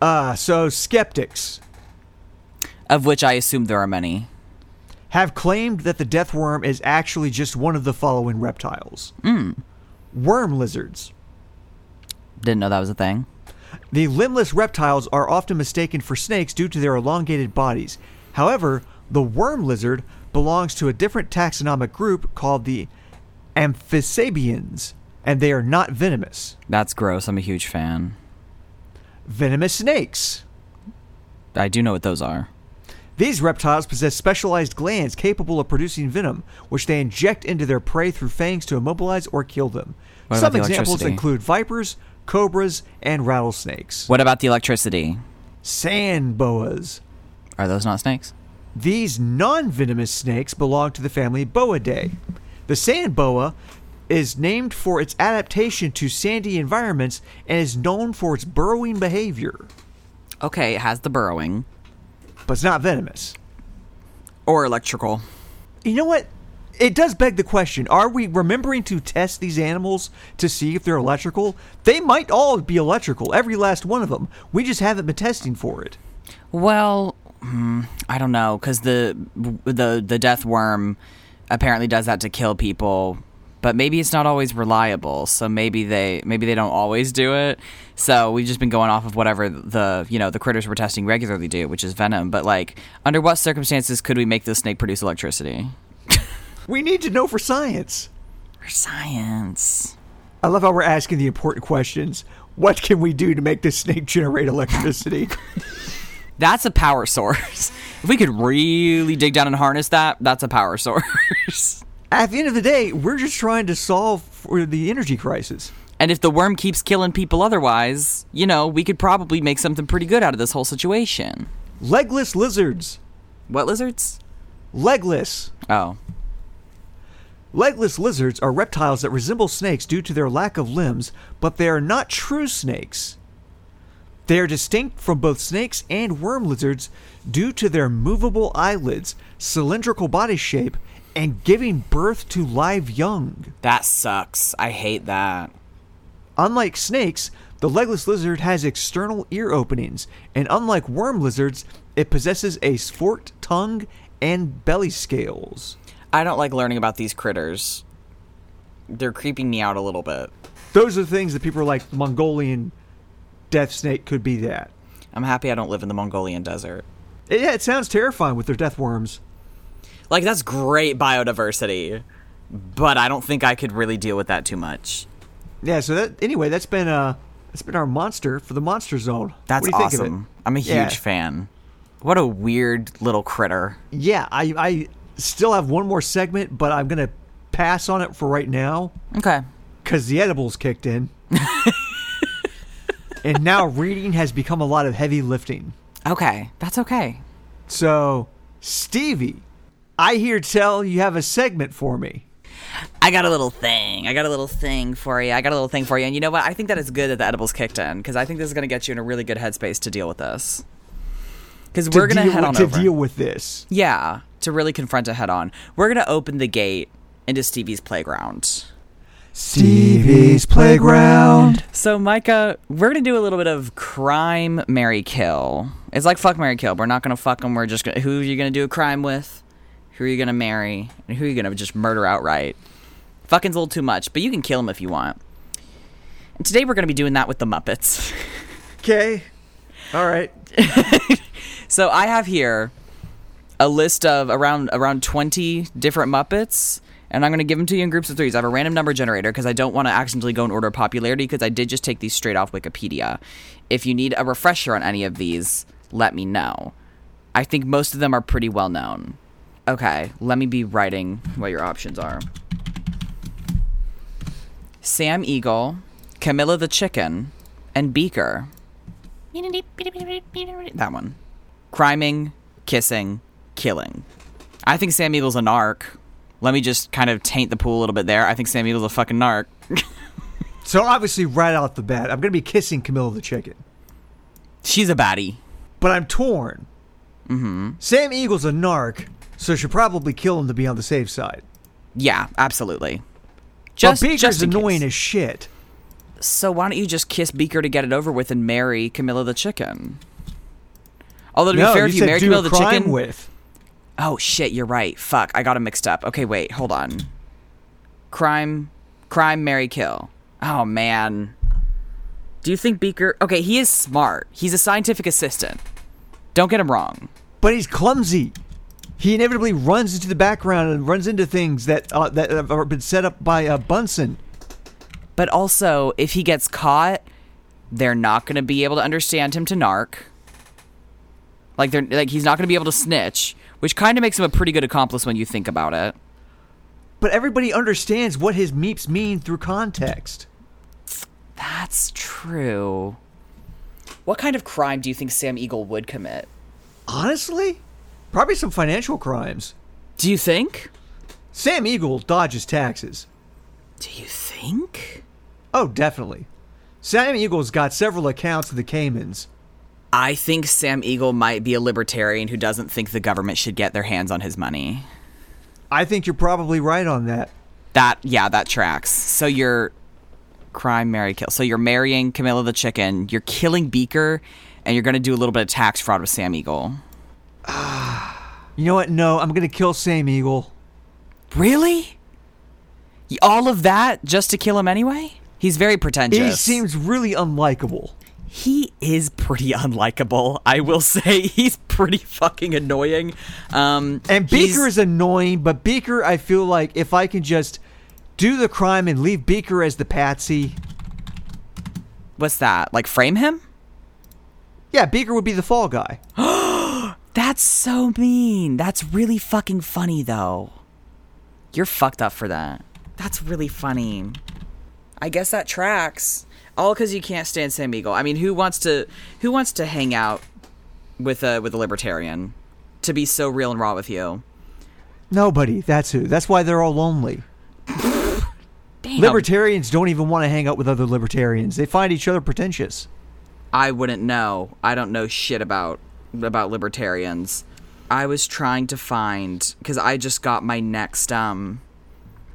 Speaker 1: Uh, so skeptics
Speaker 2: of which I assume there are many.
Speaker 1: have claimed that the death worm is actually just one of the following reptiles. Worm lizards.
Speaker 2: Didn't know that was a thing.
Speaker 1: The limbless reptiles are often mistaken for snakes due to their elongated bodies. However, the worm lizard belongs to a different taxonomic group called the amphisabians, and they are not venomous.
Speaker 2: That's gross. I'm a huge fan.
Speaker 1: Venomous snakes.
Speaker 2: I do know what those are.
Speaker 1: These reptiles possess specialized glands capable of producing venom, which they inject into their prey through fangs to immobilize or kill them.
Speaker 2: What about
Speaker 1: Some
Speaker 2: the
Speaker 1: examples
Speaker 2: electricity?
Speaker 1: include vipers, cobras, and rattlesnakes.
Speaker 2: What about the electricity?
Speaker 1: Sand boas.
Speaker 2: Are those not snakes?
Speaker 1: These non venomous snakes belong to the family Boidae. The sand boa is named for its adaptation to sandy environments and is known for its burrowing behavior,
Speaker 2: Okay, it has the burrowing
Speaker 1: but it's not venomous.
Speaker 2: or electrical.
Speaker 1: You know what? It does beg the question are we remembering to test these animals to see if they're electrical? They might all be electrical, every last one of them. We just haven't been testing for it.
Speaker 2: Well, hmm, I don't know because the the the death worm apparently does that to kill people, but maybe it's not always reliable. So maybe they maybe they don't always do it. So we've just been going off of whatever the you know the critters we're testing regularly do, which is venom. But like, under what circumstances could we make the snake produce electricity?
Speaker 1: We need to know for science.
Speaker 2: For science.
Speaker 1: I love how we're asking the important questions. What can we do to make this snake generate electricity? *laughs*
Speaker 2: That's a power *laughs* source. If we could really dig down and harness that, that's a power source. *laughs*
Speaker 1: At the end of the day, we're just trying to solve for the energy crisis.
Speaker 2: And if the worm keeps killing people otherwise, you know, we could probably make something pretty good out of this whole situation.
Speaker 1: Legless lizards.
Speaker 2: What lizards?
Speaker 1: Legless.
Speaker 2: Oh.
Speaker 1: Legless lizards are reptiles that resemble snakes due to their lack of limbs, but they are not true snakes. They are distinct from both snakes and worm lizards due to their movable eyelids, cylindrical body shape, and giving birth to live young.
Speaker 2: That sucks. I hate that.
Speaker 1: Unlike snakes, the legless lizard has external ear openings, and unlike worm lizards, it possesses a forked tongue and belly scales.
Speaker 2: I don't like learning about these critters. They're creeping me out a little bit.
Speaker 1: Those are things that people are like, Mongolian death snake could be that.
Speaker 2: I'm happy I don't live in the Mongolian desert.
Speaker 1: Yeah, it sounds terrifying with their death worms.
Speaker 2: Like, that's great biodiversity, but I don't think I could really deal with that too much.
Speaker 1: Yeah, so that anyway, that's been uh that's been our monster for the monster zone.
Speaker 2: That's
Speaker 1: what do you
Speaker 2: awesome.
Speaker 1: Think of it?
Speaker 2: I'm a huge
Speaker 1: Yeah.
Speaker 2: fan. What a weird little critter.
Speaker 1: Yeah, I I still have one more segment, but I'm gonna pass on it for right now
Speaker 2: Okay.
Speaker 1: because the edibles kicked
Speaker 2: *laughs*
Speaker 1: in, and now reading has become a lot of heavy lifting.
Speaker 2: Okay. That's okay.
Speaker 1: So Stevie, I hear tell you have a segment for me.
Speaker 2: I got a little thing. I got a little thing for you. I got a little thing for you. And you know what? I think that it's good that the edibles kicked in because I think this is going to get you in a really good headspace to deal with this. Because we're
Speaker 1: to
Speaker 2: going
Speaker 1: deal
Speaker 2: to head
Speaker 1: with-
Speaker 2: on
Speaker 1: to
Speaker 2: over.
Speaker 1: deal with this.
Speaker 2: yeah, to really confront it head on. We're going to open the gate into Stevie's playground.
Speaker 1: Stevie's playground.
Speaker 2: So, Micah, we're going to do a little bit of crime, Mary kill. It's like fuck, Mary kill. We're not going to fuck them. We're just going to. Who are you going to do a crime with? Who are you going to marry? And who are you going to just murder outright? Fucking's a little too much, but you can kill them if you want. And today we're going to be doing that with the Muppets. *laughs*
Speaker 1: Okay. All right.
Speaker 2: so, I have here a list of around around 20 different Muppets, and I'm going to give them to you in groups of threes. I have a random number generator because I don't want to accidentally go in order of popularity because I did just take these straight off Wikipedia. If you need a refresher on any of these, let me know. I think most of them are pretty well known. Okay, let me be writing what your options are. Sam Eagle, Camilla the Chicken, and Beaker. That one. Criming, kissing, killing. I think Sam Eagle's a narc. Let me just kind of taint the pool a little bit there. I think Sam Eagle's a fucking narc.
Speaker 1: So obviously, right out the bat, I'm going to be kissing Camilla the chicken,
Speaker 2: She's a baddie.
Speaker 1: but I'm torn. Mm-hmm. Sam Eagle's a narc, so should probably kill him to be on the safe side.
Speaker 2: Yeah, absolutely.
Speaker 1: But
Speaker 2: Just,
Speaker 1: Beaker's
Speaker 2: just in case.
Speaker 1: annoying as shit.
Speaker 2: So why don't you just kiss Beaker to get it over with and marry Camilla the chicken? Although to be
Speaker 1: no,
Speaker 2: fair,
Speaker 1: you
Speaker 2: if you
Speaker 1: said
Speaker 2: married
Speaker 1: do
Speaker 2: Camilla
Speaker 1: a
Speaker 2: the
Speaker 1: crime
Speaker 2: chicken,
Speaker 1: with.
Speaker 2: oh shit, you're right. Fuck, I got 'em mixed up. Okay, wait, hold on. Crime, crime, marry, kill. Oh man. Do you think Beaker? Okay, he is smart. He's a scientific assistant. Don't get him wrong.
Speaker 1: but he's clumsy. He inevitably runs into the background and runs into things that uh, that have been set up by uh, Bunsen.
Speaker 2: But also, if he gets caught, they're not going to be able to understand him to narc. Like they're like he's not going to be able to snitch, which kind of makes him a pretty good accomplice when you think about it.
Speaker 1: But everybody understands what his meeps mean through context.
Speaker 2: That's true. What kind of crime do you think Sam Eagle would commit?
Speaker 1: Honestly, probably some financial crimes.
Speaker 2: Do you think?
Speaker 1: Sam Eagle dodges taxes.
Speaker 2: Do you think?
Speaker 1: Oh, definitely. Sam Eagle's got several accounts in the Caymans.
Speaker 2: I think Sam Eagle might be a libertarian who doesn't think the government should get their hands on his money.
Speaker 1: I think you're probably right on that.
Speaker 2: That yeah, that tracks. So you're crime, marry, kill. So you're marrying Camilla the chicken. You're killing Beaker, and you're gonna do a little bit of tax fraud with Sam Eagle.
Speaker 1: You know what? No, I'm gonna kill Sam Eagle.
Speaker 2: Really? Y- All of that just to kill him anyway? He's very pretentious.
Speaker 1: He seems really unlikable.
Speaker 2: he is pretty unlikable. I will *laughs* say he's pretty fucking annoying. Um,
Speaker 1: And
Speaker 2: he's-
Speaker 1: Beaker is annoying, but Beaker, I feel like if I can just do the crime and leave Beaker as the patsy,
Speaker 2: what's that? Like frame him?
Speaker 1: yeah, Beaker would be the fall guy.
Speaker 2: That's so mean. That's really fucking funny, though. You're fucked up for that. That's really funny. I guess that tracks. All because you can't stand Sam Eagle. I mean, who wants to who wants to hang out with a with a libertarian? To be so real and raw with you.
Speaker 1: Nobody. That's who. That's why they're all lonely. Libertarians don't even want to hang out with other libertarians. They find each other pretentious.
Speaker 2: I wouldn't know. I don't know shit about about libertarians. I was trying to find because I just got my next um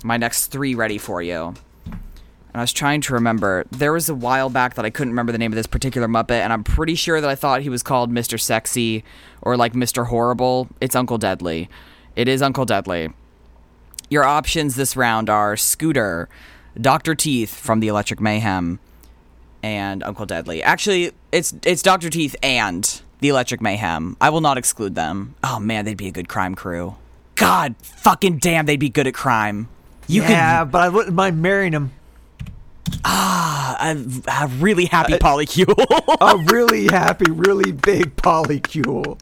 Speaker 2: my next three ready for you. And I was trying to remember. There was a while back that I couldn't remember the name of this particular Muppet, and I'm pretty sure that I thought he was called Mr. Sexy or like Mr. Horrible. It's Uncle Deadly. It is Uncle Deadly. Your options this round are Scooter, Dr. Teeth from the Electric Mayhem, and Uncle Deadly. Actually, it's it's Doctor Teeth and the Electric Mayhem. I will not exclude them. Oh man, they'd be a good crime crew. God fucking damn, they'd be good at crime. You
Speaker 1: yeah,
Speaker 2: could
Speaker 1: but I wouldn't mind marrying him.
Speaker 2: a, a really happy
Speaker 1: Uh, *laughs*
Speaker 2: polycule. *laughs*
Speaker 1: A really happy, really big polycule.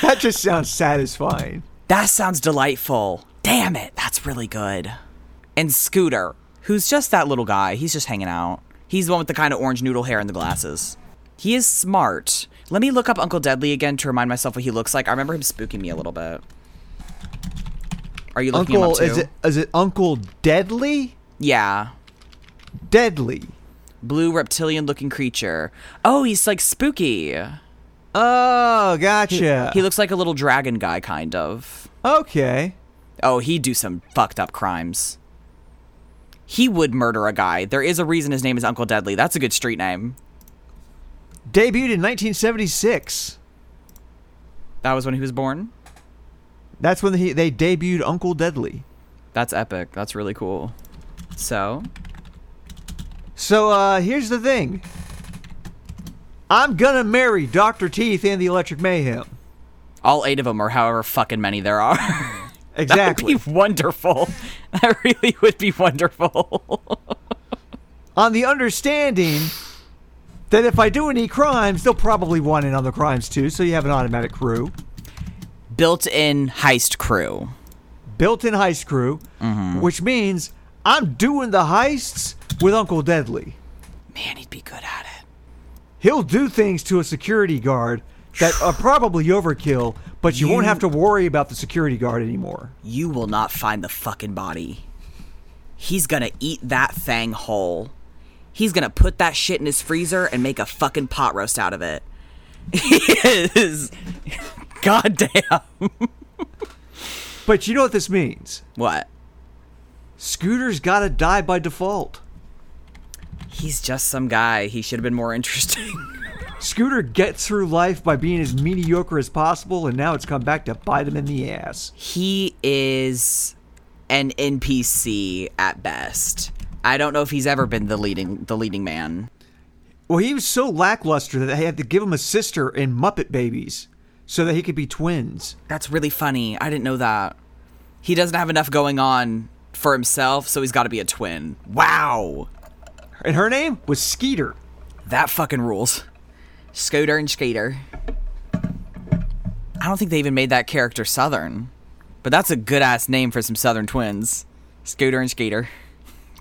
Speaker 1: That just sounds satisfying.
Speaker 2: that sounds delightful. Damn it, that's really good. And Scooter, who's just that little guy. He's just hanging out. He's the one with the kind of orange noodle hair and the glasses. He is smart. Let me look up Uncle Deadly again to remind myself what he looks like. I remember him spooking me a little bit. Are you looking him
Speaker 1: Uncle,
Speaker 2: up too?
Speaker 1: is it is it Uncle Deadly?
Speaker 2: yeah.
Speaker 1: Deadly.
Speaker 2: Blue reptilian looking creature. Oh, he's like spooky.
Speaker 1: Oh, gotcha.
Speaker 2: He looks like a little dragon guy, kind of.
Speaker 1: okay.
Speaker 2: Oh, he'd do some fucked up crimes. He would murder a guy. There is a reason his name is Uncle Deadly. That's a good street name.
Speaker 1: Debuted in 1976.
Speaker 2: That was when he was born.
Speaker 1: That's when he, they debuted Uncle Deadly.
Speaker 2: That's epic. That's really cool. So,
Speaker 1: So uh, here's the thing I'm gonna marry Dr. Teeth and the Electric Mayhem.
Speaker 2: All eight of them, or however fucking many there are. *laughs*
Speaker 1: Exactly.
Speaker 2: That would be wonderful. *laughs* That really would be wonderful. *laughs*
Speaker 1: on the understanding that if I do any crimes, they'll probably want in on the crimes too, so you have an automatic crew.
Speaker 2: Built in heist crew.
Speaker 1: Built in heist crew, which means I'm doing the heists with Uncle Deadly.
Speaker 2: Man, he'd be good at it.
Speaker 1: He'll do things to a security guard that are probably overkill, but you, won't
Speaker 2: You-
Speaker 1: have to worry about the security guard anymore.
Speaker 2: You will not find the fucking body. He's gonna eat that thing whole. He's gonna put that shit in his freezer and make a fucking pot roast out of it. *laughs* He is. Goddamn.
Speaker 1: But you know what this means?
Speaker 2: What?
Speaker 1: Scooter's gotta die by default.
Speaker 2: He's just some guy. He should have been more interesting. *laughs*
Speaker 1: Scooter gets through life by being as mediocre as possible, and now it's come back to bite him in the ass.
Speaker 2: He is an NPC at best. I don't know if he's ever been the leading the leading man.
Speaker 1: Well, he was so lackluster that they had to give him a sister in Muppet Babies so that he could be twins.
Speaker 2: That's really funny. I didn't know that. He doesn't have enough going on for himself, so he's got to be a twin. Wow.
Speaker 1: And her name was Skeeter.
Speaker 2: That fucking rules. Scooter and Skeeter. I don't think they even made that character Southern, but that's a good ass name for some Southern twins. Scooter and Skeeter.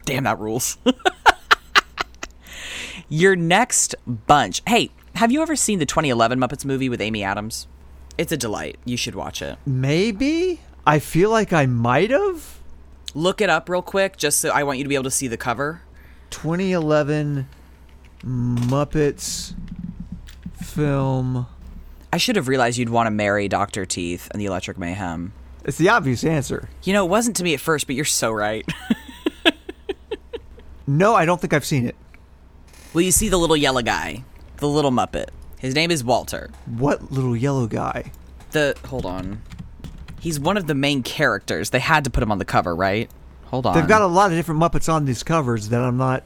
Speaker 2: Damn, that rules. *laughs* Your next bunch. Hey, have you ever seen the 2011 Muppets movie with Amy Adams? It's a delight. You should watch it.
Speaker 1: Maybe? I feel like I might have.
Speaker 2: Look it up real quick, just so I want you to be able to see the cover.
Speaker 1: 2011 Muppets film.
Speaker 2: I should have realized you'd want to marry Dr. Teeth and the Electric Mayhem.
Speaker 1: It's the obvious answer.
Speaker 2: You know, it wasn't to me at first, but you're so right. *laughs*
Speaker 1: No, I don't think I've seen it.
Speaker 2: Well, you see the little yellow guy, the little Muppet. His name is Walter.
Speaker 1: What little yellow guy?
Speaker 2: The hold on, he's one of the main characters. They had to put him on the cover, right? Hold on.
Speaker 1: They've got a lot of different Muppets on these covers that I'm not.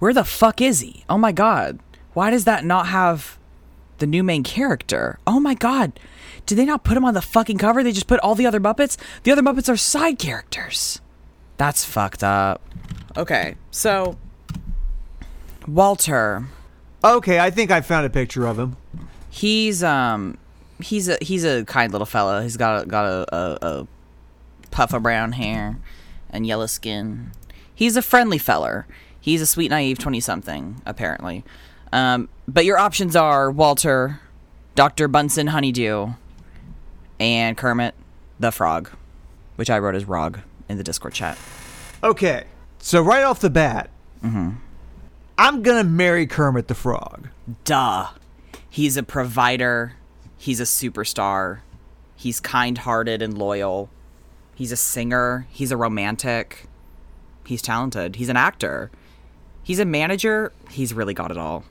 Speaker 2: Where the fuck is he? Oh my god. Why does that not have the new main character? Oh my god. Did they not put him on the fucking cover? They just put all the other Muppets? The other Muppets are side characters. That's fucked up. Okay, so Walter,
Speaker 1: Okay, I think I found a picture of him.
Speaker 2: he's um he's a he's a kind little fella. He's got a got a, a, a puff of brown hair and yellow skin. He's a friendly feller. He's a sweet naive twenty something, apparently. Um, but your options are Walter, Doctor Bunsen Honeydew, and Kermit the Frog, which I wrote as Rog in the Discord chat.
Speaker 1: Okay, so right off the bat,
Speaker 2: Mm-hmm.
Speaker 1: I'm gonna marry Kermit the Frog.
Speaker 2: duh. He's a provider. He's a superstar. He's kind hearted and loyal. He's a singer. He's a romantic. He's talented. He's an actor. He's a manager. He's really got it all.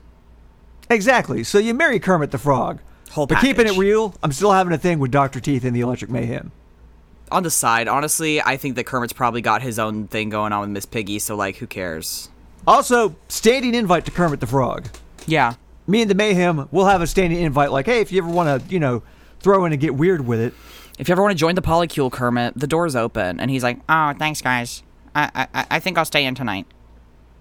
Speaker 1: Exactly. So you marry Kermit the Frog.
Speaker 2: Whole
Speaker 1: but keeping it
Speaker 2: package.
Speaker 1: real, I'm still having a thing with Doctor Teeth and the Electric Mayhem.
Speaker 2: On the side, honestly, I think that Kermit's probably got his own thing going on with Miss Piggy, so, like, who cares?
Speaker 1: Also, standing invite to Kermit the Frog.
Speaker 2: Yeah.
Speaker 1: Me and the Mayhem will have a standing invite. Like, hey, if you ever want to, you know, throw in and get weird with
Speaker 2: *laughs*
Speaker 1: it,
Speaker 2: If you ever want to join the Polycule, Kermit, the door's open. And he's like, oh, thanks, guys. I, I, I think I'll stay in tonight.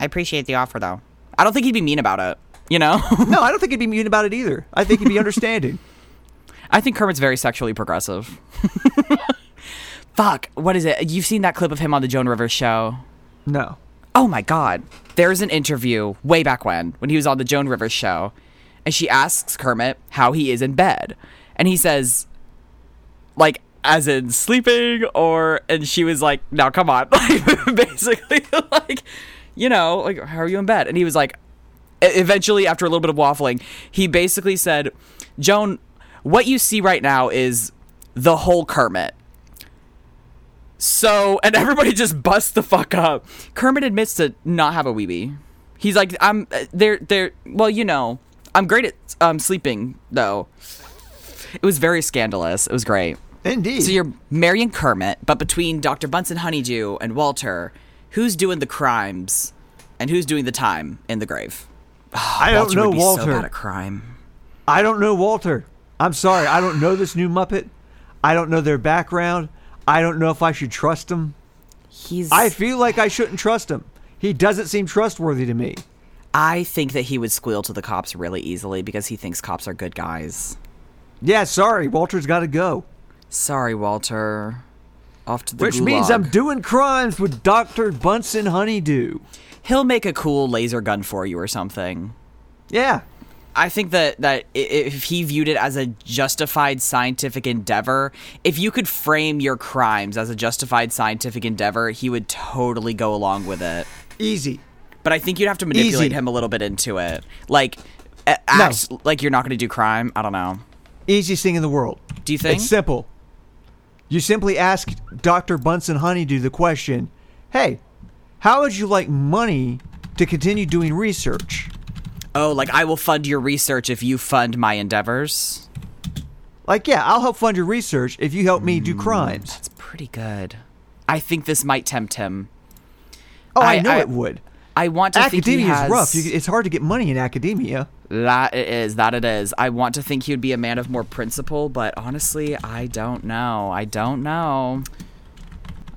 Speaker 2: I appreciate the offer, though. I don't think he'd be mean about it, you know? *laughs*
Speaker 1: No, I don't think he'd be mean about it either. I think he'd be understanding. *laughs*
Speaker 2: I think Kermit's very sexually progressive. *laughs* Fuck, what is it? You've seen that clip of him on the Joan Rivers show.
Speaker 1: No.
Speaker 2: Oh my god. There's an interview way back when, when he was on the Joan Rivers show, and she asks Kermit how he is in bed. And he says, like, as in sleeping, or, and she was like, now come on. *laughs* Like, basically, like, you know, like, how are you in bed? And he was like, e- eventually, after a little bit of waffling, he basically said, Joan, what you see right now is the whole Kermit. So, and *laughs* everybody just busts the fuck up. Kermit admits to not have a weeby. He's like, I'm, uh, they're, they're, well, you know, I'm great at um, sleeping, though. It was very scandalous. It was great.
Speaker 1: Indeed.
Speaker 2: So you're marrying Kermit, but between Dr. Bunsen Honeydew and Walter, who's doing the crimes and who's doing the time in the grave?
Speaker 1: I don't
Speaker 2: Walter
Speaker 1: know
Speaker 2: would be so
Speaker 1: Walter.
Speaker 2: bad at crime.
Speaker 1: I don't know Walter. I'm sorry, I don't know this new Muppet. I don't know their background. I don't know if I should trust them.
Speaker 2: He's.
Speaker 1: I feel like I shouldn't trust him. He doesn't seem trustworthy to me.
Speaker 2: I think that he would squeal to the cops really easily because he thinks cops are good guys.
Speaker 1: Yeah, sorry, Walter's got to go.
Speaker 2: Sorry, Walter. Off to the
Speaker 1: Which means I'm
Speaker 2: gulag.
Speaker 1: doing crimes with Dr. Bunsen Honeydew.
Speaker 2: He'll make a cool laser gun for you or something.
Speaker 1: Yeah.
Speaker 2: I think that that i- if he viewed it as a justified scientific endeavor, if you could frame your crimes as a justified scientific endeavor, he would totally go along with it.
Speaker 1: Easy.
Speaker 2: But I think you'd have to manipulate
Speaker 1: Easy.
Speaker 2: him a little bit into it, like a- act like you're not going to do crime. I don't know.
Speaker 1: Easiest thing in the world.
Speaker 2: Do you think?
Speaker 1: It's simple. You simply ask Dr. Bunsen Honeydew the question Hey, how would you like money to continue doing research?
Speaker 2: oh, like I will fund your research if you fund my endeavors.
Speaker 1: Like, yeah, I'll help fund your research if you help me do
Speaker 2: Mm.
Speaker 1: crimes.
Speaker 2: It's pretty good. I think this might tempt him.
Speaker 1: Oh, I,
Speaker 2: I-
Speaker 1: know
Speaker 2: I-
Speaker 1: it would.
Speaker 2: I want to think he
Speaker 1: Academia
Speaker 2: has
Speaker 1: is rough. You, it's hard to get money in academia.
Speaker 2: That it is. That it is. I want to think he would be a man of more principle, but honestly, I don't know. I don't know.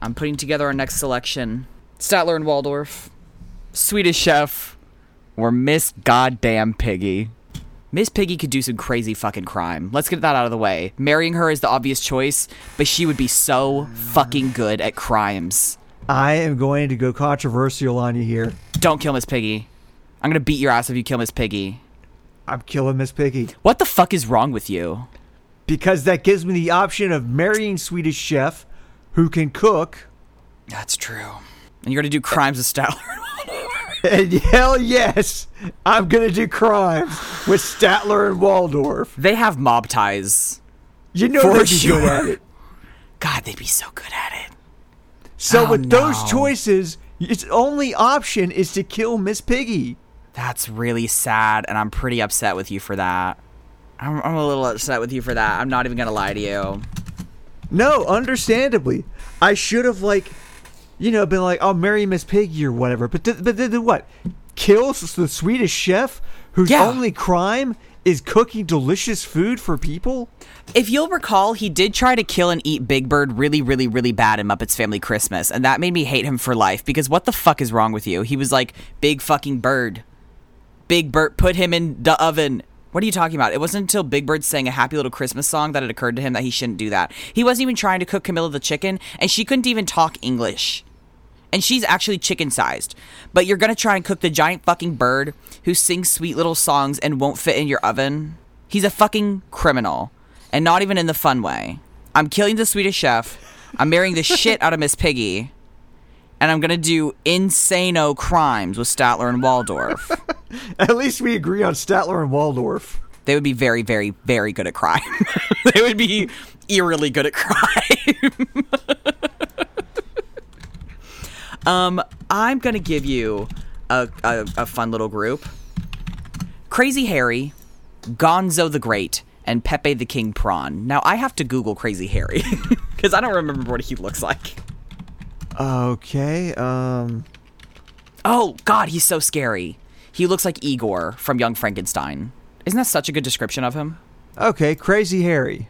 Speaker 2: I'm putting together our next selection. Statler and Waldorf, Swedish Chef, or Miss Goddamn Piggy. Miss Piggy could do some crazy fucking crime. Let's get that out of the way. Marrying her is the obvious choice, but she would be so fucking good at crimes.
Speaker 1: I am going to go controversial on you here.
Speaker 2: Don't kill Miss Piggy. I'm gonna beat your ass if you kill Miss Piggy.
Speaker 1: I'm killing Miss Piggy
Speaker 2: What the fuck is wrong with you?
Speaker 1: because that gives me the option of marrying Swedish chef who can cook.
Speaker 2: That's true. And you're gonna do crimes with Statler.
Speaker 1: And hell yes, I'm going to do crimes with Statler and Waldorf.
Speaker 2: *laughs* they have mob ties.
Speaker 1: You know
Speaker 2: For
Speaker 1: they'd be
Speaker 2: sure.
Speaker 1: good at it.
Speaker 2: God, they'd be so good at it.
Speaker 1: So
Speaker 2: Oh,
Speaker 1: with
Speaker 2: no.
Speaker 1: those choices, its only option is to kill Miss Piggy.
Speaker 2: That's really sad, and I'm pretty upset with you for that. I'm, I'm a little upset with you for that. I'm not even gonna lie to you.
Speaker 1: No, understandably, I should have like, you know, been like, I'll marry Miss Piggy or whatever. But th- but then what? Kills the Swedish chef whose
Speaker 2: Yeah.
Speaker 1: only crime is cooking delicious food for people.
Speaker 2: If you'll recall, he did try to kill and eat Big Bird really, really, really bad in Muppets Family Christmas, and that made me hate him for life because what the fuck is wrong with you? He was like, Big fucking bird. Big Bird, put him in the oven. What are you talking about? It wasn't until Big Bird sang a happy little Christmas song that it occurred to him that he shouldn't do that. He wasn't even trying to cook Camilla the chicken, and she couldn't even talk English. And she's actually chicken sized. But you're gonna try and cook the giant fucking bird who sings sweet little songs and won't fit in your oven? He's a fucking criminal. And not even in the fun way. I'm killing the Swedish chef. I'm marrying the shit out of Miss Piggy. And I'm gonna do insano crimes with Statler and Waldorf.
Speaker 1: At least we agree on Statler and Waldorf.
Speaker 2: they would be very, very, very good at crime. *laughs* they would be eerily good at crime. *laughs* um, I'm gonna give you a, a, a fun little group: Crazy Harry, Gonzo the Great, and Pepe the King Prawn. Now I have to Google Crazy Harry *laughs* because I don't remember what he looks like.
Speaker 1: Okay, um,
Speaker 2: Oh God, he's so scary. He looks like Igor from Young Frankenstein. Isn't that such a good description of him?
Speaker 1: okay, Crazy Harry.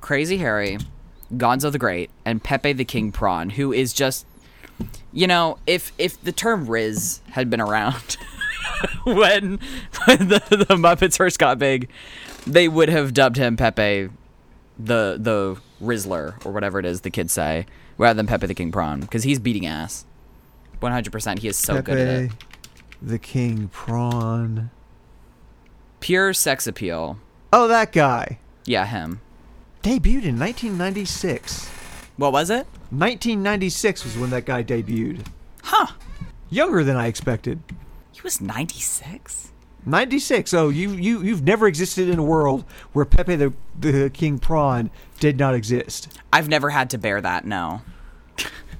Speaker 2: Crazy Harry, Gonzo the Great, and Pepe the King Prawn, who is just, you know, if if the term Riz had been around *laughs* when, when the, the Muppets first got big, they would have dubbed him Pepe the the Rizzler or whatever it is the kids say, rather than Pepe the King Prawn, because he's beating ass. 100%. He is so Oh, good at it.
Speaker 1: Pepe, the King Prawn.
Speaker 2: Pure sex appeal.
Speaker 1: Oh, that guy
Speaker 2: Yeah, him.
Speaker 1: debuted in 1996.
Speaker 2: What was it?
Speaker 1: 1996 was when that guy debuted.
Speaker 2: Huh.
Speaker 1: Younger than I expected.
Speaker 2: He was 96?
Speaker 1: 96. Oh, you you you've never existed in a world where Pepe the the King Prawn did not exist.
Speaker 2: I've never had to bear that. No.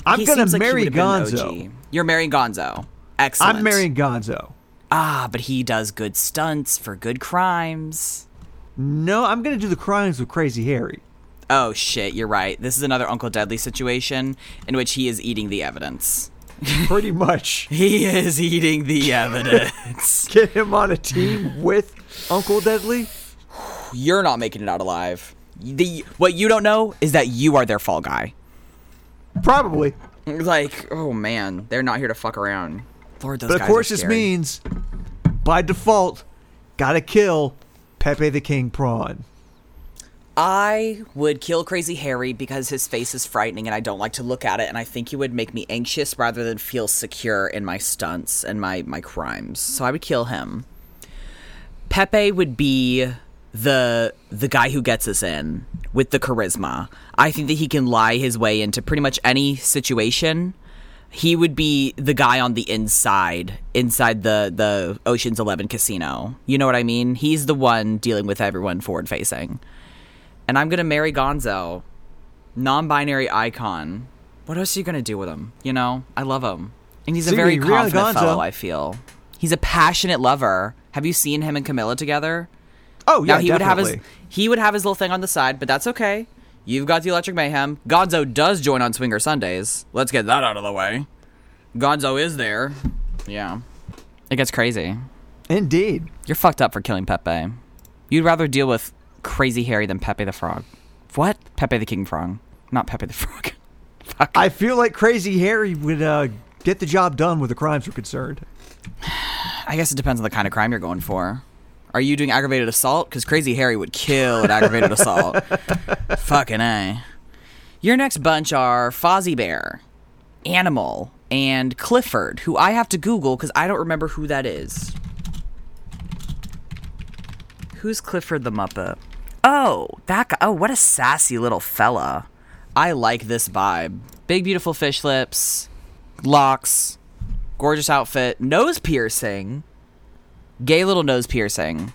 Speaker 1: I'm
Speaker 2: He
Speaker 1: gonna
Speaker 2: seems like he
Speaker 1: marry
Speaker 2: would've been an
Speaker 1: Gonzo.
Speaker 2: OG. You're marrying Gonzo. Excellent.
Speaker 1: I'm marrying Gonzo.
Speaker 2: Ah, but he does good stunts for good crimes.
Speaker 1: No, I'm gonna do the crimes with Crazy Harry.
Speaker 2: Oh shit, you're right. This is another Uncle Deadly situation in which he is eating the evidence.
Speaker 1: Pretty much. *laughs*
Speaker 2: He is eating the evidence.
Speaker 1: Get him on a team with Uncle Deadly.
Speaker 2: you're not making it out alive. The what you don't know is that you are their fall guy.
Speaker 1: Probably.
Speaker 2: Like, oh man, they're not here to fuck around. Lord, those
Speaker 1: But of
Speaker 2: guys
Speaker 1: course,
Speaker 2: are
Speaker 1: this
Speaker 2: scary.
Speaker 1: means by default, gotta kill Pepe the King Prawn.
Speaker 2: I would kill Crazy Harry because his face is frightening and I don't like to look at it, and I think he would make me anxious rather than feel secure in my stunts and my, my crimes. So I would kill him. Pepe would be the the guy who gets us in with the charisma. I think that he can lie his way into pretty much any situation. He would be the guy on the inside, inside the the Ocean's 11 casino. You know what I mean? He's the one dealing with everyone forward facing and I'm gonna marry Gonzo, non-binary icon. What else are you gonna do with him? You know, I love him, and he's
Speaker 1: So
Speaker 2: a
Speaker 1: you're
Speaker 2: very
Speaker 1: gonna be real
Speaker 2: confident
Speaker 1: Gonzo.
Speaker 2: fellow. I feel he's a passionate lover. Have you seen him and Camilla together?
Speaker 1: Oh yeah,
Speaker 2: now he
Speaker 1: definitely.
Speaker 2: would have his he would have his little thing on the side, but that's okay. You've got the Electric Mayhem. Gonzo does join on Swinger Sundays. Let's get that out of the way. Gonzo is there. Yeah, it gets crazy.
Speaker 1: Indeed.
Speaker 2: You're fucked up for killing Pepe. You'd rather deal with Crazy Harry than Pepe the Frog. What? Pepe the King Frog. Not Pepe the *laughs* Frog. Fuck.
Speaker 1: I feel like Crazy Harry would uh, get the job done where the crimes were concerned.
Speaker 2: I guess it depends on the kind of crime you're going for. Are you doing aggravated assault? Because Crazy Harry would kill at aggravated assault. Fucking A. Your next bunch are Fozzie Bear, Animal, and Clifford, who I have to Google because I don't remember who that is. Who's Clifford the Muppet? Oh, that guy. Oh, what a sassy little fella. I like this vibe. Big, beautiful fish lips, locks, gorgeous outfit, nose piercing, gay little nose piercing.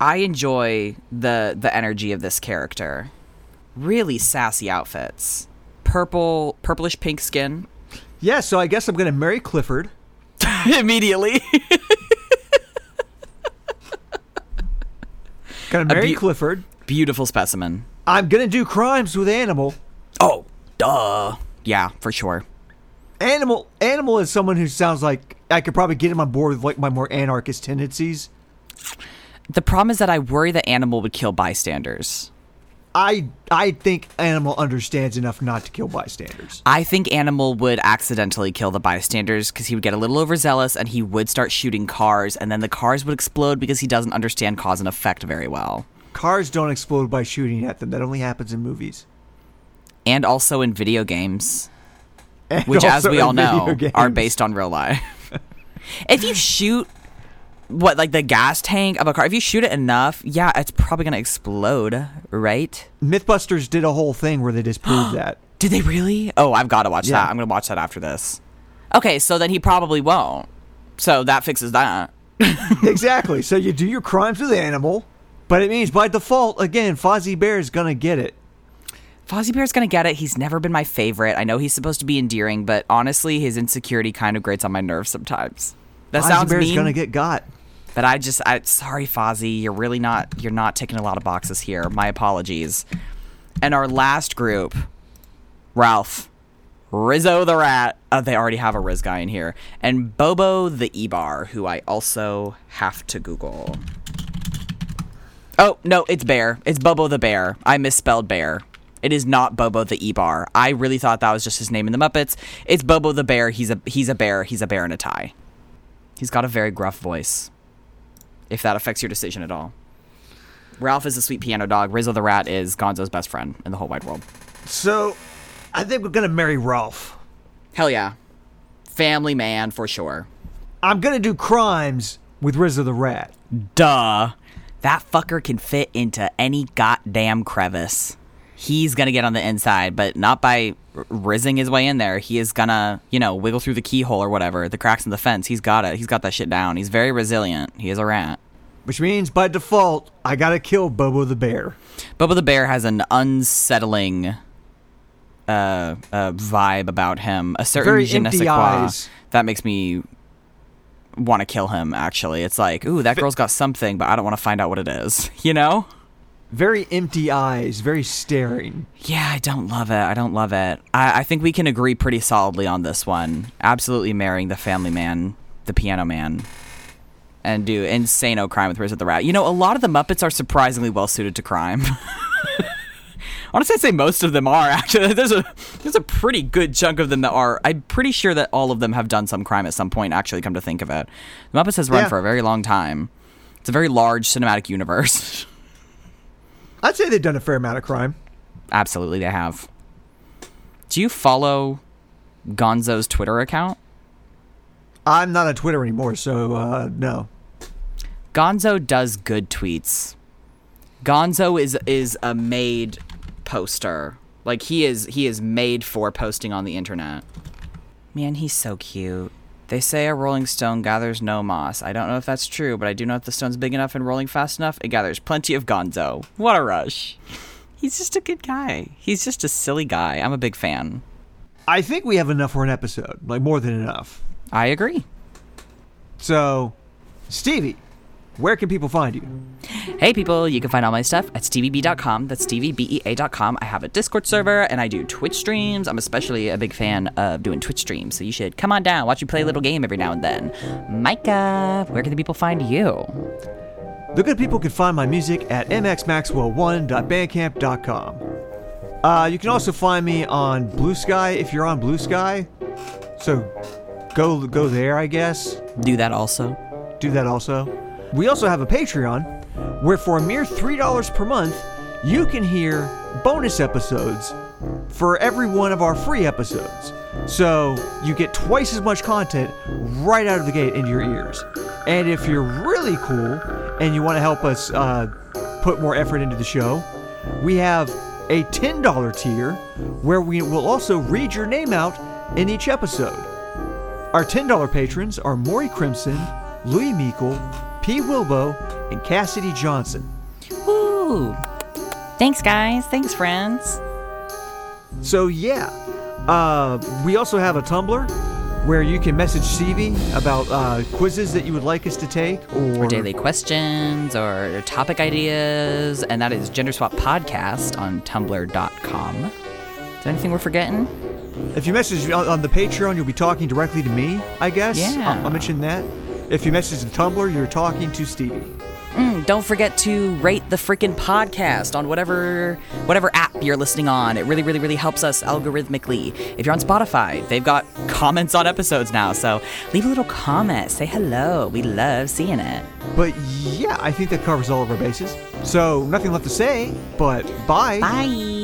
Speaker 2: I enjoy the the energy of this character. Really sassy outfits. Purple, purplish pink skin. *laughs*
Speaker 1: Yeah, so I guess I'm gonna marry Clifford.
Speaker 2: Immediately. *laughs*
Speaker 1: Gonna marry
Speaker 2: bu-
Speaker 1: Clifford.
Speaker 2: Beautiful specimen.
Speaker 1: I'm gonna do crimes with Animal.
Speaker 2: Oh, duh. Yeah, for sure.
Speaker 1: Animal Animal is someone who sounds like I could probably get him on board with like my more anarchist tendencies.
Speaker 2: The problem is that I worry that animal would kill bystanders.
Speaker 1: I I think Animal understands enough not to kill bystanders.
Speaker 2: I think Animal would accidentally kill the bystanders because he would get a little overzealous and he would start shooting cars, and then the cars would explode because he doesn't understand cause and effect very well.
Speaker 1: Cars don't explode by shooting at them. That only happens in movies. *laughs*
Speaker 2: And also in video games,
Speaker 1: And
Speaker 2: which,
Speaker 1: *laughs*
Speaker 2: as
Speaker 1: also
Speaker 2: we
Speaker 1: in
Speaker 2: all know,
Speaker 1: video
Speaker 2: are
Speaker 1: games.
Speaker 2: based on real life. *laughs* if you shoot, what, like the gas tank of a car, if you shoot it enough, yeah, it's probably going to explode, right?
Speaker 1: MythBusters did a whole thing where they
Speaker 2: *gasps*
Speaker 1: disproved that.
Speaker 2: Did they really? Oh, I've got to watch
Speaker 1: Yeah.
Speaker 2: that. I'm going to watch that after this. Okay, so then he probably won't. So that fixes that.
Speaker 1: exactly. So you do your crimes with Animal, but it means by default again, Fozzie Bear is gonna get it.
Speaker 2: Fozzie Bear's gonna get it. He's never been my favorite. I know he's supposed to be endearing, but honestly, his insecurity kind of grates on my nerves sometimes. That
Speaker 1: Fozzie
Speaker 2: sounds
Speaker 1: Bear's
Speaker 2: mean,
Speaker 1: gonna get got.
Speaker 2: but I just, I sorry, Fozzie, you're really not, you're not ticking a lot of boxes here. My apologies. And our last group, Ralph, Rizzo the Rat. Oh, they already have a Riz guy in here, and Bobo the Ebar, who I also have to Google. Oh, no, it's Bear. It's Bobo the Bear. I misspelled Bear. It is not Bobo the E-Bar. I really thought that was just his name in the Muppets. It's Bobo the Bear. He's a he's a bear. He's a bear in a tie. He's got a very gruff voice. If that affects your decision at all. Ralph is a sweet piano dog. Rizzo the Rat is Gonzo's best friend in the whole wide world.
Speaker 1: So I think we're gonna marry Ralph.
Speaker 2: Hell yeah. Family man for sure.
Speaker 1: I'm gonna do crimes with Rizzo the Rat.
Speaker 2: Duh. That fucker can fit into any goddamn crevice. He's gonna get on the inside, but not by r- rizzing his way in there. He is gonna, you know, wiggle through the keyhole or whatever, the cracks in the fence. He's got it. He's got that shit down. He's very resilient. He is a rat.
Speaker 1: Which means by default, I gotta kill Bobo the Bear.
Speaker 2: Bubba the Bear has an unsettling uh, uh, vibe about him. A certain
Speaker 1: Very
Speaker 2: je ne sais
Speaker 1: empty
Speaker 2: quoi
Speaker 1: eyes.
Speaker 2: that makes me want to kill him. Actually, it's like, ooh, that girl's got something, but I don't want to find out what it is. *laughs* You know?
Speaker 1: Very empty eyes, very staring.
Speaker 2: Yeah, I don't love it. I don't love it. I, I think we can agree pretty solidly on this one. Absolutely marrying the family man, the piano man. and do insano crime with Rizzo the Rat. You know, a lot of the Muppets are surprisingly well suited to crime. *laughs* Honestly, I'd say most of them are actually. There's a there's a pretty good chunk of them that are. I'm pretty sure that all of them have done some crime at some point. Actually, come to think of it, the Muppets has run
Speaker 1: Yeah.
Speaker 2: for a very long time. It's a very large cinematic universe. *laughs*
Speaker 1: I'd say they've done a fair amount of crime.
Speaker 2: Absolutely, they have. Do you follow Gonzo's Twitter account?
Speaker 1: I'm not on Twitter anymore, so uh, no.
Speaker 2: Gonzo does good tweets. Gonzo is is a made poster. Like he is he is made for posting on the internet. Man, he's so cute. They say a rolling stone gathers no moss. I don't know if that's true, but I do know if the stone's big enough and rolling fast enough, it gathers plenty of gonzo. What a rush. He's just a good guy. He's just a silly guy. I'm a big fan.
Speaker 1: I think we have enough for an episode, like more than enough.
Speaker 2: I agree.
Speaker 1: So, Stevie, where can people find you?
Speaker 2: Hey people, you can find all my stuff at stevieb.com. That's steviebea.com. I have a Discord server and I do Twitch streams. I'm especially a big fan of doing Twitch streams, so you should come on down, watch me play a little game every now and then. Micah, where can the people find you?
Speaker 1: The good people can find my music at mxmaxwell1.bandcamp.com. Uh, you can also find me on Blue Sky if you're on Blue Sky. So, go go there, I guess.
Speaker 2: Do that also.
Speaker 1: do that also. We also have a Patreon where, for a mere $3 per month, you can hear bonus episodes for every one of our free episodes. So you get twice as much content right out of the gate into your ears. And if you're really cool and you want to help us uh, put more effort into the show, we have a $10 tier where we will also read your name out in each episode. Our $10 patrons are Maury Crimson, Louis Meikle, P. Wilbo, and Cassidy Johnson.
Speaker 2: Woo! Thanks guys, thanks friends.
Speaker 1: So, yeah, uh, we also have a Tumblr where you can message Stevie about uh, quizzes that you would like us to take or,
Speaker 2: Or daily questions or topic ideas, and that is Gender Swap Podcast on Tumblr.com. Is there anything we're forgetting?
Speaker 1: If you message on, on the Patreon, you'll be talking directly to me, I guess.
Speaker 2: Yeah.
Speaker 1: I'll, I'll mention that. If you message the Tumblr, you're talking to Stevie.
Speaker 2: Mm, don't forget to rate the freaking podcast on whatever whatever app you're listening on. It really, really, really helps us algorithmically. If you're on Spotify, they've got *laughs* comments on episodes now, so leave a little comment. Say hello. We love seeing it.
Speaker 1: But yeah, I think that covers all of our bases. So, nothing left to say, but
Speaker 2: Bye.